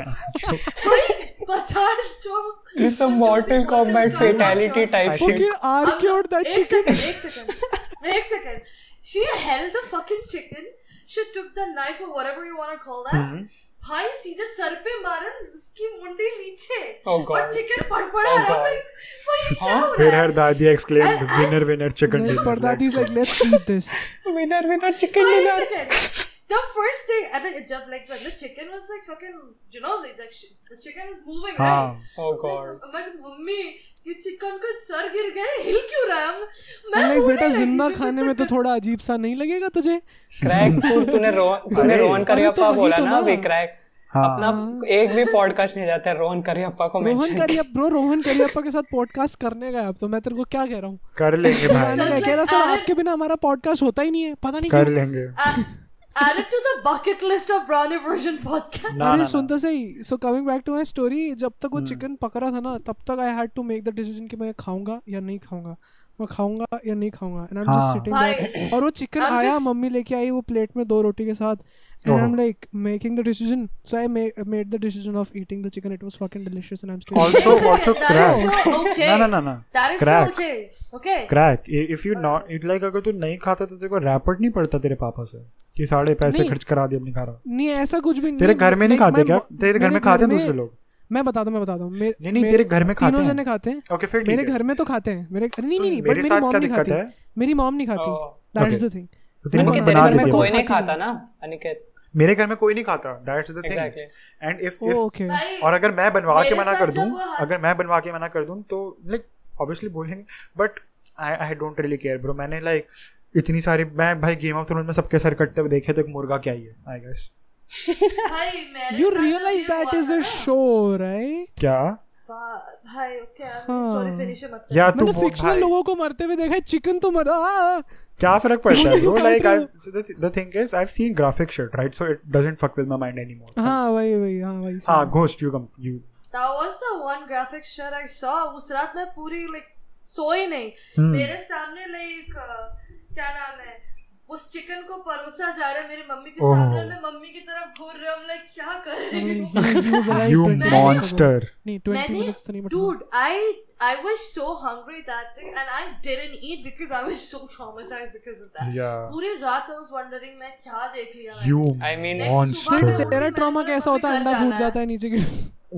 भाई, पछाड़ जो
It's a
जो भी
Mortal
बोलते हैं
Kombat
उसको,
fatality
I'm not sure.
type shit.
fucking
I'm
arcade
not-
that
एक
chicken
second एक second एक second she held the fucking chicken she took the knife or whatever you want to call that
Hmm.
भाई सीधे sir पे मारा उसकी मुंडी नीचे
Oh
और
God.
चिकन पड़पड़ा
Oh
रहा
God.
भाई भाई क्या हो
Then
रहा है
her daddy exclaimed,
I- I-
"Winner, winner, chicken
नहीं
dinner."
परदादी
Let's
is like let's eat this
Winner, winner, chicken
Wait a
dinner.
second. The first thing, and then it jumped like when the chicken was like fucking, you know, like the, sh- the chicken is moving,
go.
right?
हाँ.
Oh god.
But मम्मी ये chicken का सर गिर गया है, हिल क्यों रहा है हम मैं
लाइक
रोने
बेटा
लगी,
जिंदा
मैं
खाने में तो थोड़ा अजीब सा नहीं लगेगा तुझे
Crack तू तूने रोहन तूने
अरे,
रोहन
अरे तो
करियप्पा
वही
बोला
तो
ना
ना।
वे क्रैक
हाँ.
अपना एक भी पॉडकास्ट नहीं जाता है रोहन करियप्पा को
रोहन
मेंशन
करियप ब्रो रोहन करियप्पा के साथ पॉडकास्ट करने गया अब तो मैं तेरे को क्या कह रहा हूँ
कर लेंगे
मैंने
भाई
कहा,
That's
कह रहा
like
सर
Aaron-
आपके बिना हमारा पॉडकास्ट होता ही नहीं है पता नहीं
कर
क्यों
लेंगे
Add it to the bucket list of Brownie version podcast.
ना हम्म।
अरे
ना
सुनते सही so coming back to my story जब तक वो चिकन पक रहा था ना तब तक I had to make the decision कि मैं खाऊंगा या नहीं खाऊंगा मैं खाऊंगा या नहीं खाऊंगा एंड आई एम
हाँ।
जस्ट सिटिंग
भाई,
देयर और वो चिकन
I'm
आया
just-
मम्मी लेके आई वो प्लेट में दो रोटी के साथ एंड आई एम
ओहो।
Like making the decision so I made the decision of eating the chicken it was fucking delicious and I M
Also-
Wait a second,
also crack.
that is still okay.
ना ना ना ना
That is
crack.
still okay. Okay.
Crack if you not it like अगर तू नहीं खाता तो तेरे को रैपर नहीं पड़ता तेरे पापा से कि साढ़े पैसे
नहीं।
खर्च करा दिए अपने खा रहा
नहीं ऐसा कुछ भी नहीं
तेरे घर में नहीं
Like,
खाते
मैं-
क्या तेरे घर
मेरे
में खाते हैं दूसरे लोग
मैं बताता हूँ मैं बताता हूँ मेरे-
नहीं, नहीं,
मेरे-
तेरे घर में खाते
तीनों
हैं।
जने खाते हैं
ओके फिर ठीक
मेरे
है।
घर में तो खाते हैं मेरे नहीं
So,
नहीं नहीं but
मेरे
मेरी
साथ
मॉम
क्या
नहीं
दिक्कत
खाती
है?
मेरी मॉम नहीं खाती
Oh.
That
Okay.
Is the thing
तो तेरी
अनिकेत
मॉम
तेरे
बना
घर में
देती है
कोई
वो।
नहीं खाता ना अनिकेत
मेरे घर में कोई नहीं खाता that's the thing
Exactly.
And if
okay
भाई,
और अगर मैं बनवा के
मेरे
मना
साथ
कर
जब
दूं
वो हाथ-
अगर मैं बनवा के मना कर दूं तो लाइक ऑब्वियसली बोलेंगे but I I don't really care bro मैंने लाइक इतनी सारी मैं भाई गेम ऑफ थ्रोन में सबके सर कटते हुए देखे तो एक मुर्गा क्या ही है आई गेस
भाई, मेरे
यू
साथ जब
रियलाइज
ये
दैट
हुआ
इज
था
अ
ना,
शो राइट
क्या
वाह, भाई ओके
हाँ।
स्टोरी फिनिश मत
या तू
मैंने
तो वो-
फिक्शनल
भाई,
लोगों को मरते हुए देखा है चिकन तो मरा आ,
क्या फर्क पड़ता है bro
Yeah,
like
true.
I the thing is I have seen graphic shit right so it doesn't fuck with my mind anymore
हाँ वही वही हाँ वही
हां ghost you come you
That was the one graphic shit I saw. उस रात मैं पूरी like सोई नहीं
Hmm.
मेरे सामने like uh, क्या नाम है उस चिकन को परोसा जा रहा है मेरी मम्मी के
ओह।
सामने मैं मम्मी की तरफ घूर रही हूँ I'm like क्या कर
Hmm.
रही हूँ
यू
मैंने-
मॉन्स्टर
नहीं 20
मैंने-
मिनट्स तो नहीं but
Dude, I I was so hungry that day, and I didn't eat because I was so traumatized because of that.
या
पूरी रात I was wondering मैं क्या देख लिया मैंने।
यू
I mean- Next
सुबह
मॉन्स्टर
में-
हाँ। तेरा
मैंने
ट्रॉमा
अपने
कैसा
मम्मी
होता है
घर
अंडा
जाना
फूट
है।
जाता है नीचे गिर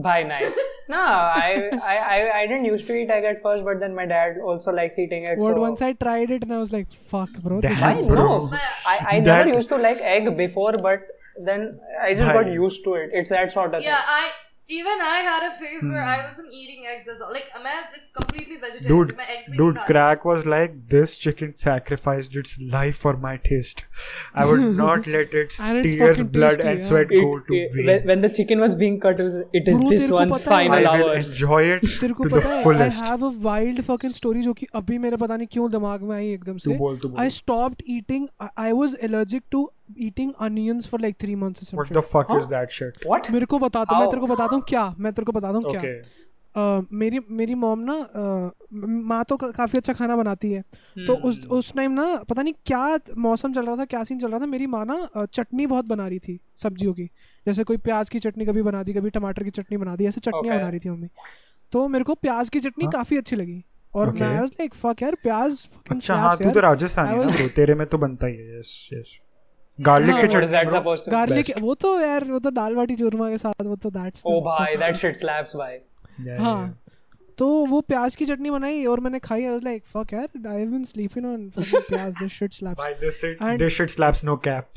Bye, nice. no, I, I, I, I didn't used to eat egg at first, but then my dad also likes eating egg.
What
so
once I tried it and I was like, fuck, bro.
Damn,
this
I
is-
bro.
know. I, I
That-
never used to like egg before, but then I just got
Bhai.
used to it. It's that sort of
Yeah, I even I had a phase where I wasn't eating eggs as well. Like I'm like, completely vegetarian.
Dude,
my eggs
dude,
not.
Crack was like, this chicken sacrificed its life for my taste. I would not let its
And it's
tears,
fucking
blood,
tasty,
and
yeah.
sweat
thing.
go to
It-
waste.
when, when the chicken was being cut, it, was, it is
Bro,
this
तेरे को
one's
पता है-
final
I will
hours.
enjoy it
तेरे को
to the
पता है I
fullest.
Have a wild fucking story जो कि अभी मेरे पता नहीं क्यों दिमाग में आई एकदम
तू
से
बोल, तू बोल.
I stopped eating I was allergic to eating onions for like 3 months
What the fuck is that shit?
What?
मेरे को बताता हूँ मैं
How?
तेरे को बताता हूँ क्या मैं तेरे को बताता हूँ क्या
Okay.
अ, मेरी मेरी मॉम ना अ, म- माँ तो का- काफी अच्छा खाना बनाती है तो
हम्म।
उस उस टाइम ना पता नहीं क्या मौसम चल रहा था क्या सीन चल रहा था मेरी माँ ना अ, चटनी बहुत बना रही थी सब्जियों की जैसे कोई प्याज की चटनी कभी बना दी कभी टमाटर की चटनी बना दी ऐसे चटनियाँ
Okay.
बना रही थी मम्मी तो मेरे को प्याज की
हाँ।
चटनी काफी अच्छी लगी और
Okay.
मैं लाइक फक यार प्याज fucking
अच्छा
slaps
हाँ तू
यार।
तो राजस्थानी
I
है ना
was-
bro, तेरे में तो बनता ही है यस यस गार्लिक की
What is that
chutney bro.
supposed to
garlic वो तो यार वो तो दाल बाटी चूरमा के साथ वो तो that's
Oh, bhai, that shit slaps, bhai.
Yeah, yeah,
हाँ तो वो प्याज की चटनी बनाई और मैंने खाई आई वाज लाइक फक यार I have been sleeping on pyaaz this shit slaps
By this shit,
And-
this shit slaps no cap.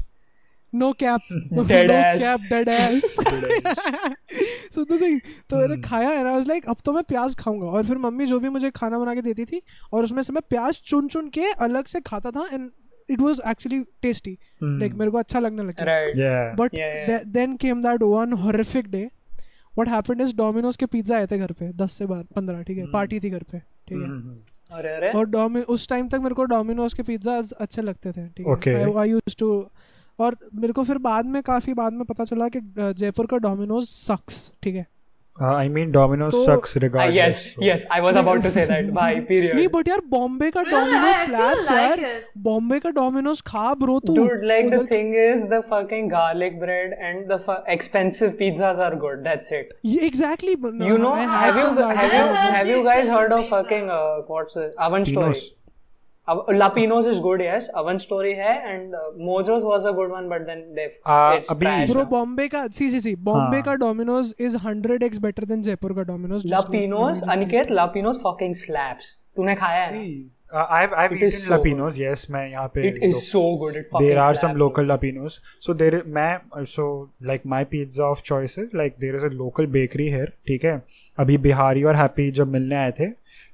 No cap
Dead
no
ass.
Cap dead ass so the thing तो मैंने
Hmm.
खाया है I was like अब तो मैं प्याज खाऊंगा और फिर मम्मी जो भी मुझे खाना बना के देती थी और उसमें से मैं प्याज चुन चुन के अलग से खाता था and it was actually tasty
Hmm.
Like मेरे को अच्छा लगने लगा
Right.
Yeah.
But
Yeah, yeah.
Then came that one horrific day what happened is Domino's के पिज्जा आए थे घर पे 10 से 15 ठीक है
Hmm.
पार्टी थी घर पे ठीक है
Mhm.
अरे अरे
और डोमि उस टाइम तक मेरे को डोमिनोज के पिज्जा अच्छे लगते थे ठीक
Okay.
है आई यूज टू और मेरे को फिर बाद में काफी बाद में पता चला कि अ, जयपुर का डोमिनोज सक्स ठीक है
Uh, I mean, Domino's
So-
sucks regardless.
Ah, yes
so-
yes i was about to say that bhai period
नहीं बट यार बॉम्बे का
Really?
Domino's
I actually
slaps
like
यार
it.
बॉम्बे का डोमिनोज खा ब्रो तू
Dude, like the
उधर-
thing is, the fucking garlic bread and the fu- expensive pizzas are good. That's it.
ये exactly
You know, have you have you
I love
have
the
you guys heard of
expensive
fucking uh, what's it? Oven Story?
Pinos.
Av- Lapinos is good, yes. Oven Story hai, and uh, Mojo's was a good one, but then they
Uh,
it's
abhi-
trashed.
Bro
Bro,
Bombay का see see see Bombay
हाँ।
का Domino's is 100 x better than Jaipur का Domino's
Lapinos, Aniket, Lapinos fucking slaps. तूने खाया है? ना?
See, uh, I've I've
It is
eaten
so good.
Lapinos. Yes, मैं यहाँ पे
It is
local-
so good. It fucking
there are
slaps.
some local Lapinos. So there is मैं so like my pizza of choices like there is a local bakery here. ठीक है अभी बिहारी और happy जब मिलने आए थे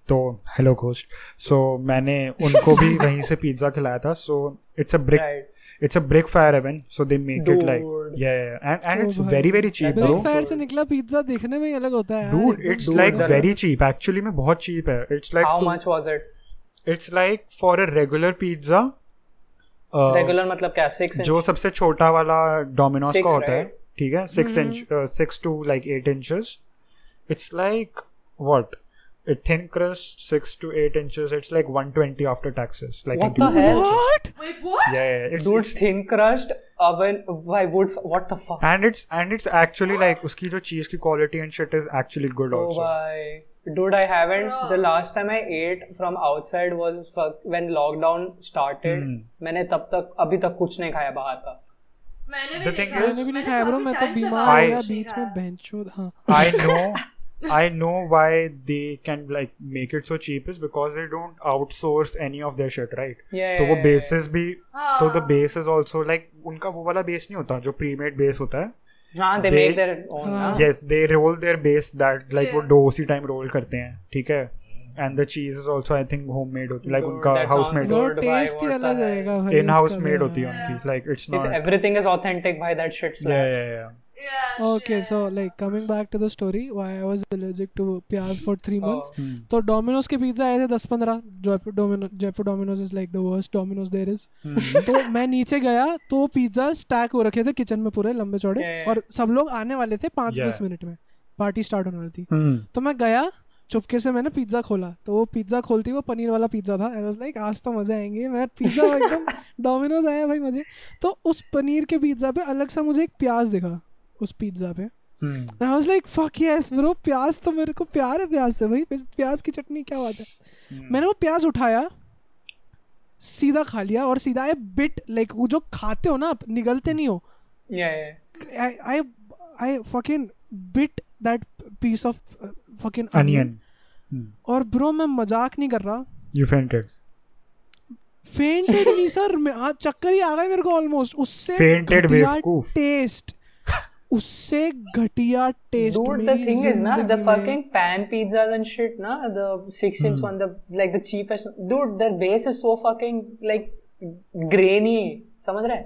तो हेलो घोस्ट सो मैंने उनको भी वहीं से पिज्जा खिलाया था so it's a brick
Right.
It's a brick fire oven so they make it like
Dude.
या एंड एंड
Oh
इट्स
भाई.
Very very cheap
That's
bro
brick fire से निकला पिज्जा देखने में ही अलग होता है
dude it's
dude,
like
that's-
very cheap actually में बहुत चीप है it's
How
like
much was it?
It's like for a regular pizza uh,
Regular मतलब क्या? Six inch.
जो सबसे छोटा वाला डोमिनोज
Six,
का होता है
right?
ठीक है uh, six inch six to like eight inches it's like what it thin crust six to eight inches it's like 120 after taxes like
What the hell?
What
Wait, what?
Yeah it's
Dude, thin crust oven. Why wood? What the fuck?
And it's and it's actually like उसकी जो चीज की quality and shit is actually good
Oh
also
my. Dude, I haven't.
Bruh.
The last time I ate from outside was fuck, when lockdown started.
Hmm.
मैंने तब तक अभी तक कुछ नहीं खाया बाहर का.
मैंने
The
भी नहीं
thing
खाया।
is-
मैंने भी नहीं
मैंने
खाया ब्रो
काफी
मैं तो
time से
बीमार
बाहर
हो
I-
गया
कुछ नहीं
बीच में बेंचोद हाँ
खाया।
I know, I know why they can like make it so cheap is because they don't outsource any of their shit, right?
Yeah,
तो वो
yeah, yeah,
bases भी
हाँ।
तो the base is also like उनका वो वाला base नहीं होता जो pre-made base होता है.
हाँ, they,
They-
make their own.
हाँ.
ना?
Yes, they roll their base that like वो
Yeah.
dough उसी time roll करते हैं, ठीक है? And the cheese is also I think homemade होती like
Dude,
उनका
that
house
sounds
made
good.
Bro
Lord, why
taste ही
what
अलग
the hell?
रहेगा भाई
in house
उसका
made
भी,
होती है
हाँ।
Yeah.
उनकी like it's
If
not.
everything is authentic, by that shit slaps.
Yeah, yeah, yeah.
Yeah,
Okay,
shit.
so like coming back to the story, why I was allergic to प्याज for three
Oh.
months. तो Domino's के pizza आए थे दस पंद्रह Jaipur Domino Jaipur Domino's is like the worst Domino's there is
Hmm.
तो मैं नीचे गया तो पिज्जा स्टैक हो रखे थे किचन में पूरे लंबे चौड़े
Yeah, yeah.
और सब लोग आने वाले थे पाँच
Yeah.
दस मिनट में पार्टी स्टार्ट होने वाली थी
Hmm.
तो मैं गया चुपके से मैंने पिज्जा खोला तो वो पिज्जा खोलती वो पनीर वाला पिज्जा था आई वाज लाइक आज तो मजे आएंगे मैं पिज्जा एकदम डोमिनोज आया भाई मजे तो उस पनीर के पिज्जा पे अलग सा मुझे एक प्याज दिखा उस पिज्जा पे
Hmm.
I was like fuck yes bro प्याज तो मेरे को प्यार है प्याज से भाई प्याज की चटनी क्या बात है मैंने वो प्याज उठाया सीधा खा लिया और सीधा आई बिट लाइक वो जो खाते हो ना आप निगलते नहीं हो
Yeah, yeah.
I I I fucking bit that piece of uh, fucking
Onion.
और ब्रो मैं मजाक नहीं कर रहा
You fainted.
फेंटेड नहीं सर मैं आज चक्कर ही आ गए मेरे को ऑलमोस्ट उससे
Fainted बेवकूफ।
टेस्ट उससे घटिया taste
Dude, the thing is, na, the fucking pan pizzas and shit, na, the six inch one, the like the cheapest. Dude, their base is so fucking like grainy. समझ रहे?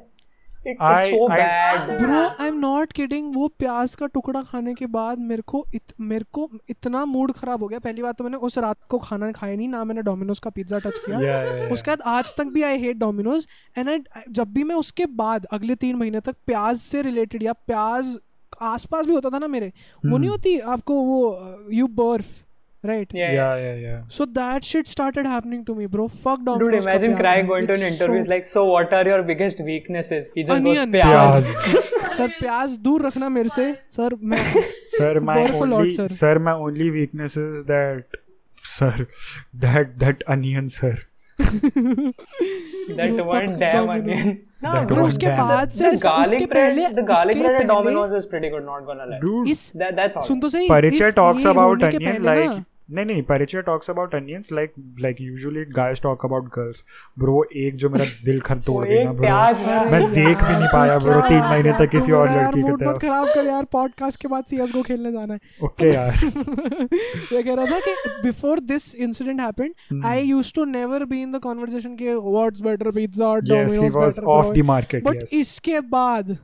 It, it's
I-
so
I-
bad. dude.
Bro I am not kidding वो प्याज का टुकड़ा खाने के बाद मेरे को इत, मेरे को इतना मूड खराब हो गया पहली बात तो मैंने उस रात को खाना खाया नहीं ना मैंने डोमिनोज का पिज्जा टच किया
Yeah, yeah, yeah.
उसके बाद आज तक भी आई हेट डोमिनोज एंड जब भी मैं उसके बाद अगले तीन महीने तक प्याज से रिलेटेड या प्याज आसपास भी होता था ना मेरे वो नहीं होती आपको वो यू बर्फ right
hmm. Yeah, yeah.
Yeah, yeah, yeah.
So that shit started happening to me bro fuck
Dude,
Domino's
imagine Craig going to an interview. It's like, so what are your biggest weaknesses? He just
Onion.
goes,
Pyaz.
"Pyaz."
Sir प्याज दूर रखना मेरे से sir मैं
sir my
Borrow for
only
lot,
sir.
sir.
my only weakness is that sir that that onion sir
That
Fuck
one damn
Domino's.
onion. No,
That
bro
one
उसके
damn.
बाद से
the
उसके
garlic bread,
पहले
the garlic
उसके
bread at
पहले-
Domino's is pretty good. Not gonna lie.
dude
इस
That that's all.
सुन तो सही
Parichya
इस
talks
ये
about
होने के
onion
पहले
like
ना,
नहीं नहीं Parichay talks about onions like like usually guys talk about girls bro वो एक जो मेरा दिल खर तोड़
वो
गई
एक
ना ब्रो
प्याज ना
मैं देख भी नहीं पाया ब्रो तीन महीने तक किसी और लड़की की
मूड मत
तरफ
खराब कर यार पॉडकास्ट के बाद सीएसगो खेलने जाना है
ओके यार
ये कह रहा था कि before this incident
Hmm.
Happened I used to never be in the conversation के व्हाट्स बेटर पिज्जा और
yes he was off the market
but
yes
इसके बाद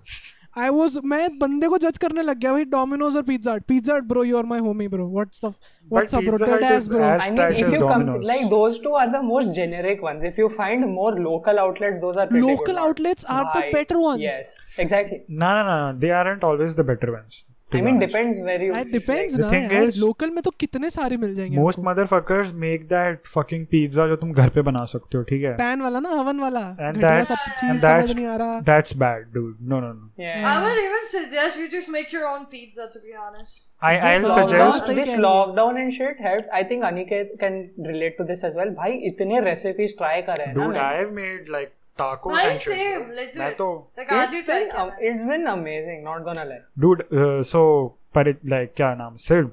आई वाज मैं बंदे को जज करने लग गया भाई डोमिनोज और पिज्जा हट पिज्जा हट bro you are my homie bro what's the what's up bro
Pizza Hut
dead
is
ass bro
as
I mean,
trash
if
as
you come,
Domino's.
like those two are the most generic ones. If you find more local outlets, those are pretty good
Local
ones.
outlets are the
Why?
better ones.
Yes, exactly.
ना ना ना they aren't always the better ones
I mean, depends where you.
यार depends
The
ना
thing
यार
is-
local में तो कितने सारे मिल जाएंगे
most motherfuckers make that fucking pizza जो तुम घर पे बना सकते हो ठीक है
पैन वाला ना हवन वाला
And
घटिया
that's-
सब
and
चीज समझ
that's-
नहीं आ रहा
that's bad dude no no no
Yeah.
I would even suggest you just make your own pizza, to be honest.
I I
This
will
lockdown-
suggest
सही
this
कह रही है।
lockdown and shit helped. I think Aniket can relate to this as well. भाई इतने recipes try कर रहे हैं ना
डूड आई
मैंने।
Have made like tacos
Why
and
same?
Shit
Legit.
मैं तो
Like, uh, आज ही
It's
try
been
किया
am- it's been amazing. Not gonna lie.
Dude so uh, पर लाइक क्या नाम सिर्फ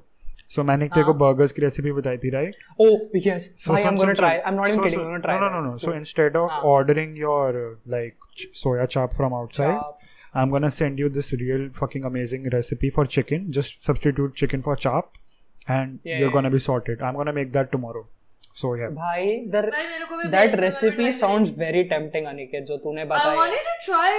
सो मैंने तेरे को
हाँ।
बर्गर्स की रेसिपी बताई थी राइट
Oh yes.
So
भाई, I'm gonna
some- some-
try.
some-
I'm not even
so-
kidding.
so-
I'm gonna try.
No, no,
that.
no, no. So
So-
instead of
Ah.
ordering your uh, like ch- soya chop from outside,
Chop.
I'm gonna send you this real fucking amazing recipe for chicken. Just substitute chicken for chop, and
Yeah,
you're
yeah.
gonna be sorted. I'm gonna make that tomorrow. So yeah.
भाई, the
भाई, मेरे को भी
that
भेज दो, मैं
recipe
try
sounds very tempting, Aniket. जो तूने
I
बताया.
wanted to try.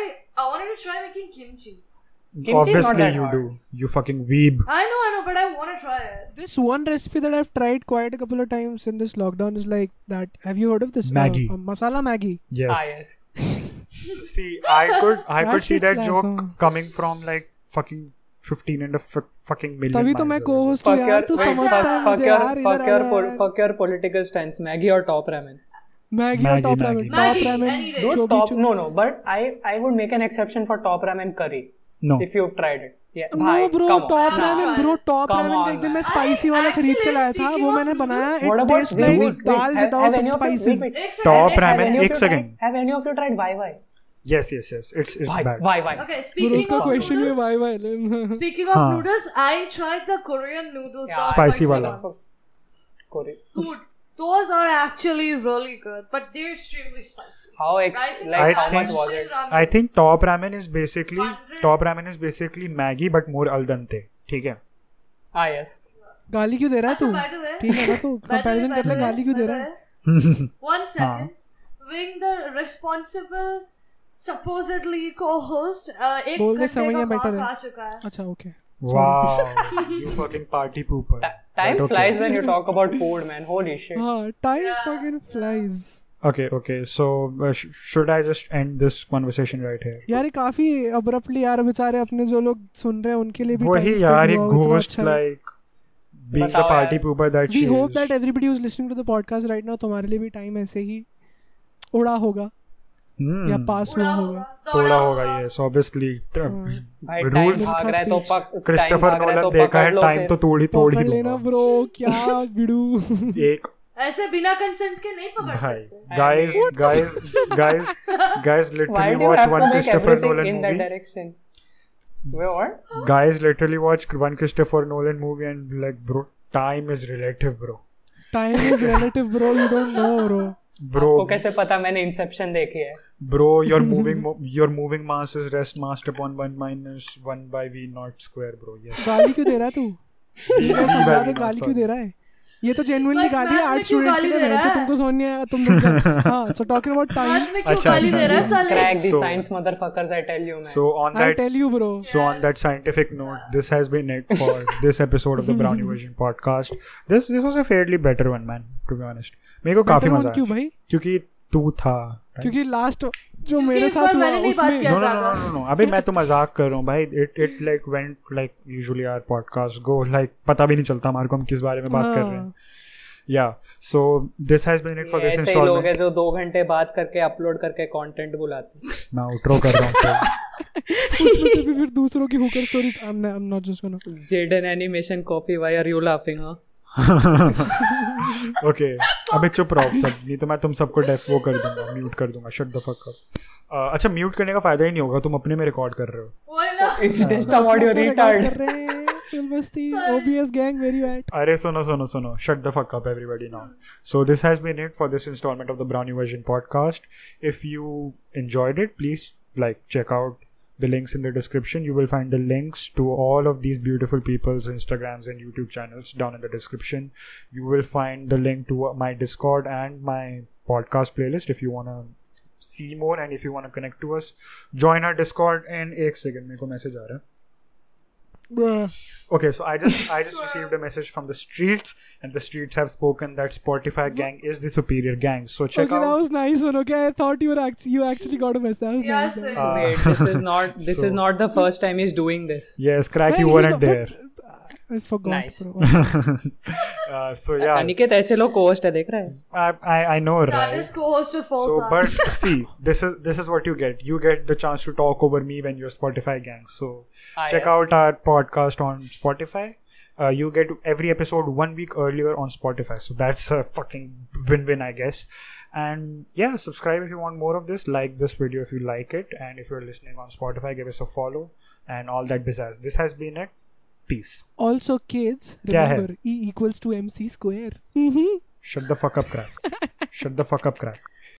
I wanted to try making kimchi.
Kimchi is not
Obviously,
that
you
hard.
do. You fucking weeb.
I know, I know, but I want to try it.
This one recipe that I've tried quite a couple of times in this lockdown is like that. Have you heard of this? Uh,
Maggi.
uh, masala Maggi.
Yes.
Ah yes.
See, I could, I
That
could see
shit
that
slaps,
joke
huh?
coming from like fucking fifteen and a f- fucking million.
तभी तो
miles
मैं
away.
co-host हूँ
Fuck your
यार तू
wait,
समझता
fuck-
है
fuck
मुझे
your
यार
fuck
इधर
your
आ
pol-
यार।
fuck your political stance. Maggie or top ramen.
Maggi और
Maggi,
top
Maggi.
ramen. Top
Maggi,
ramen.
any day.
जो
Dude,
भी
top
चु-
no no. But I I would make an exception for top ramen curry.
No.
if you've tried it. Yeah,
No
bhai,
bro,
come on.
top
Nah.
ramen bro, top
Come
ramen
on,
तो एक दिन मैं
man.
spicy
I-
वाला खरीद के
actually,
लाया था वो
speaking of
मैंने बनाया
noodles,
What
it
about
tastes
wait,
like
wait, wait,
dal
have, have
without
any of you, wait,
spices.
wait,
Ek second,
Top
ek
have
ramen.
any
second.
of
एक
you
second.
tried- Have any of you tried YY?
Yes, yes, yes. It's it's
Why,
bad.
why, why?
Okay,
Bro,
speaking
उसका
of
question भी
noodles,
Y Y
speaking of
हाँ.
noodles, I tried the Korean noodles,
Yeah.
the
Spicy wala.
ones.
Kore-
Dude, those are actually really good, but they're extremely spicy.
How ex-
I think
like
I
how much
think-
was it?
I think top ramen is basically
Hundred.
top ramen is basically Maggie but more al dente. ठीक है
Ah yes.
गाली क्यों दे रहा है
अच्छा,
तू
by the way-
ठीक है ना तू कंपैरिजन कर ले गाली क्यों दे रहा है हाँ।
One second. Being the responsible supposedly co-host, uh, एक
बोल दे,
घंटे
समय
का
या better
mark
है।
आ चुका है.
अच्छा okay
wow you fucking party pooper
Ta- time
But okay.
flies when you talk about food, man. Holy shit.
हाँ time fucking flies
okay okay so uh, sh- should I just end this conversation right here
यार ये काफी abruptly यार बेचारे अपने जो लोग सुन रहे हैं उनके लिए भी
वही यार एक
तो
घोस्ट
अच्छा
like being the
बताओ
party
यार।
pooper that
we
she
hope
is
that everybody who is listening to the podcast right now तुम्हारे लिए भी टाइम ऐसे ही उड़ा होगा
Hmm.
या पास हुआ
उड़ा
होगा
होगा,
थोड़ा
दौड़ा
होगा yes obviously The
हम्म, भाई टाइम
rules
भाग रहा है तो पक time
क्रिस्टोफर
भाग रहा है
नोलन
तो
देखा
पकड़
है
लो
टाइम तो
फिर।
तोड़ ही तोड़ ही
पकड़ लेना
दूंगा
ब्रो क्या गिड़ू
एक
ऐसे बिना कंसेंट के नहीं पकड़
Hi.
सकते
Guys, guys, guys, guys,
Why
literally
do you
watch
have to
one
make
Christopher
everything
Nolan
in that
movie.
direction? Wait, what?
Guys, literally watch one Christopher Nolan movie and be like, bro, time is relative, bro.
Time is relative bro you don't know bro
आपको
Bro,
कैसे पता मैंने Inception देखी है?
bro, your moving mo- your moving mass is rest massed upon one minus one by v naught square, bro. Yes.
गाली क्यों दे रहा है तू
V
तो समझा
by
दे
V
गाली
naught,
क्यों दे
sorry.
रहा है ये तो जेन्युइनली
But
गाली
math
आर्ट
में क्यों
स्टूडेंट्स के
गाली
लिए
दे
है
रहा
जो
है?
तुमको समझ नहीं आया तुम लोग- हाँ सो टॉकिंग अबाउट
आज
टाइम
में क्यों
अच्छा,
गाली
अच्छा,
दे रहा है
अच्छा।
साले
Crack the
So-
science motherfuckers, I tell you, man.
So on
I
that
tell you bro
So on that scientific note, this has been it for this episode of the Brownie Version podcast. This this was a fairly better one, man. To be honest, मेरे को काफी मजा
क्यों
आया
भाई
क्योंकि तू था right?
क्योंकि लास्ट जो
क्योंकि
मेरे
इस
साथ
बार
हुआ
मैंने नहीं बात
उसमें
किया।
no no no
ज्यादा।
no no अबे मैं तो मजाक कर रहा हूँ भाई it it like went like usually our podcast go like पता भी नहीं चलता हमारे को हम किस बारे में बात कर रहे हैं yeah so this has been it for
ये
this
हाँ। ऐसे ही लोग हैं
installment
जो दो घंटे बात करके अपलोड करके कंटेंट बुलाते हैं।
मैं outro कर रहा हूँ sir.
उसमें से भी फिर दूसरों की hooker stories I am I am not just gonna
Jadon animation copy why are you laughing हां
ओके अबे चुप रहो आप सब नहीं तो मैं तुम सबको डेफ वो कर दूंगा म्यूट कर दूंगा शट द फक अप अच्छा म्यूट करने का फायदा ही नहीं होगा तुम अपने में रिकॉर्ड कर रहे हो
वो ना
it's just about your retard
कर रहे हैं Filmasti,
Sorry.
OBS gang, where you at?
Are sono sono sono. Shut the fuck up, everybody now. So this has been it for this installment of the Brownie Version podcast. If you enjoyed it, please like check out the links in the description. You will find the links to all of these beautiful people's Instagrams and YouTube channels down in the description. You will find the link to uh, my Discord and my podcast playlist if you wanna see more and if you wanna connect to us. Join our Discord and एक second मेरे को message आ रहा है. Okay, so I just I just received a message from the streets, and the streets have spoken that Spotify gang is the superior gang. So check
okay, that
out.
was nice one. Okay, I thought you were actually you actually got a mess. That was
Yes,
nice.
it-
Uh,
Wait, this is not this is
So-
not the first time he's doing this.
Yes, crack, you
Man, he's
weren't
not-
there.
but- I forgot.
Nice.
bro.
uh, so yeah,
Aniket ऐसे लोग host है देख रहा है
I I, I know, right?
Saddest co-host of all
So,
time.
but see, this is this is what you get. You get the chance to talk over me when you're Spotify gang. So
Ah, yes.
check out our podcast on Spotify. Uh, you get every episode one week earlier on Spotify. So that's a fucking win win, I guess. And yeah, subscribe if you want more of this. Like this video if you like it. And if you're listening on Spotify, give us a follow and all that besides. This has been it. Peace.
Also, kids,
क्या है?
remember E equals to MC square. Mm-hmm.
Shut the fuck up, crack. Shut the fuck up, crack.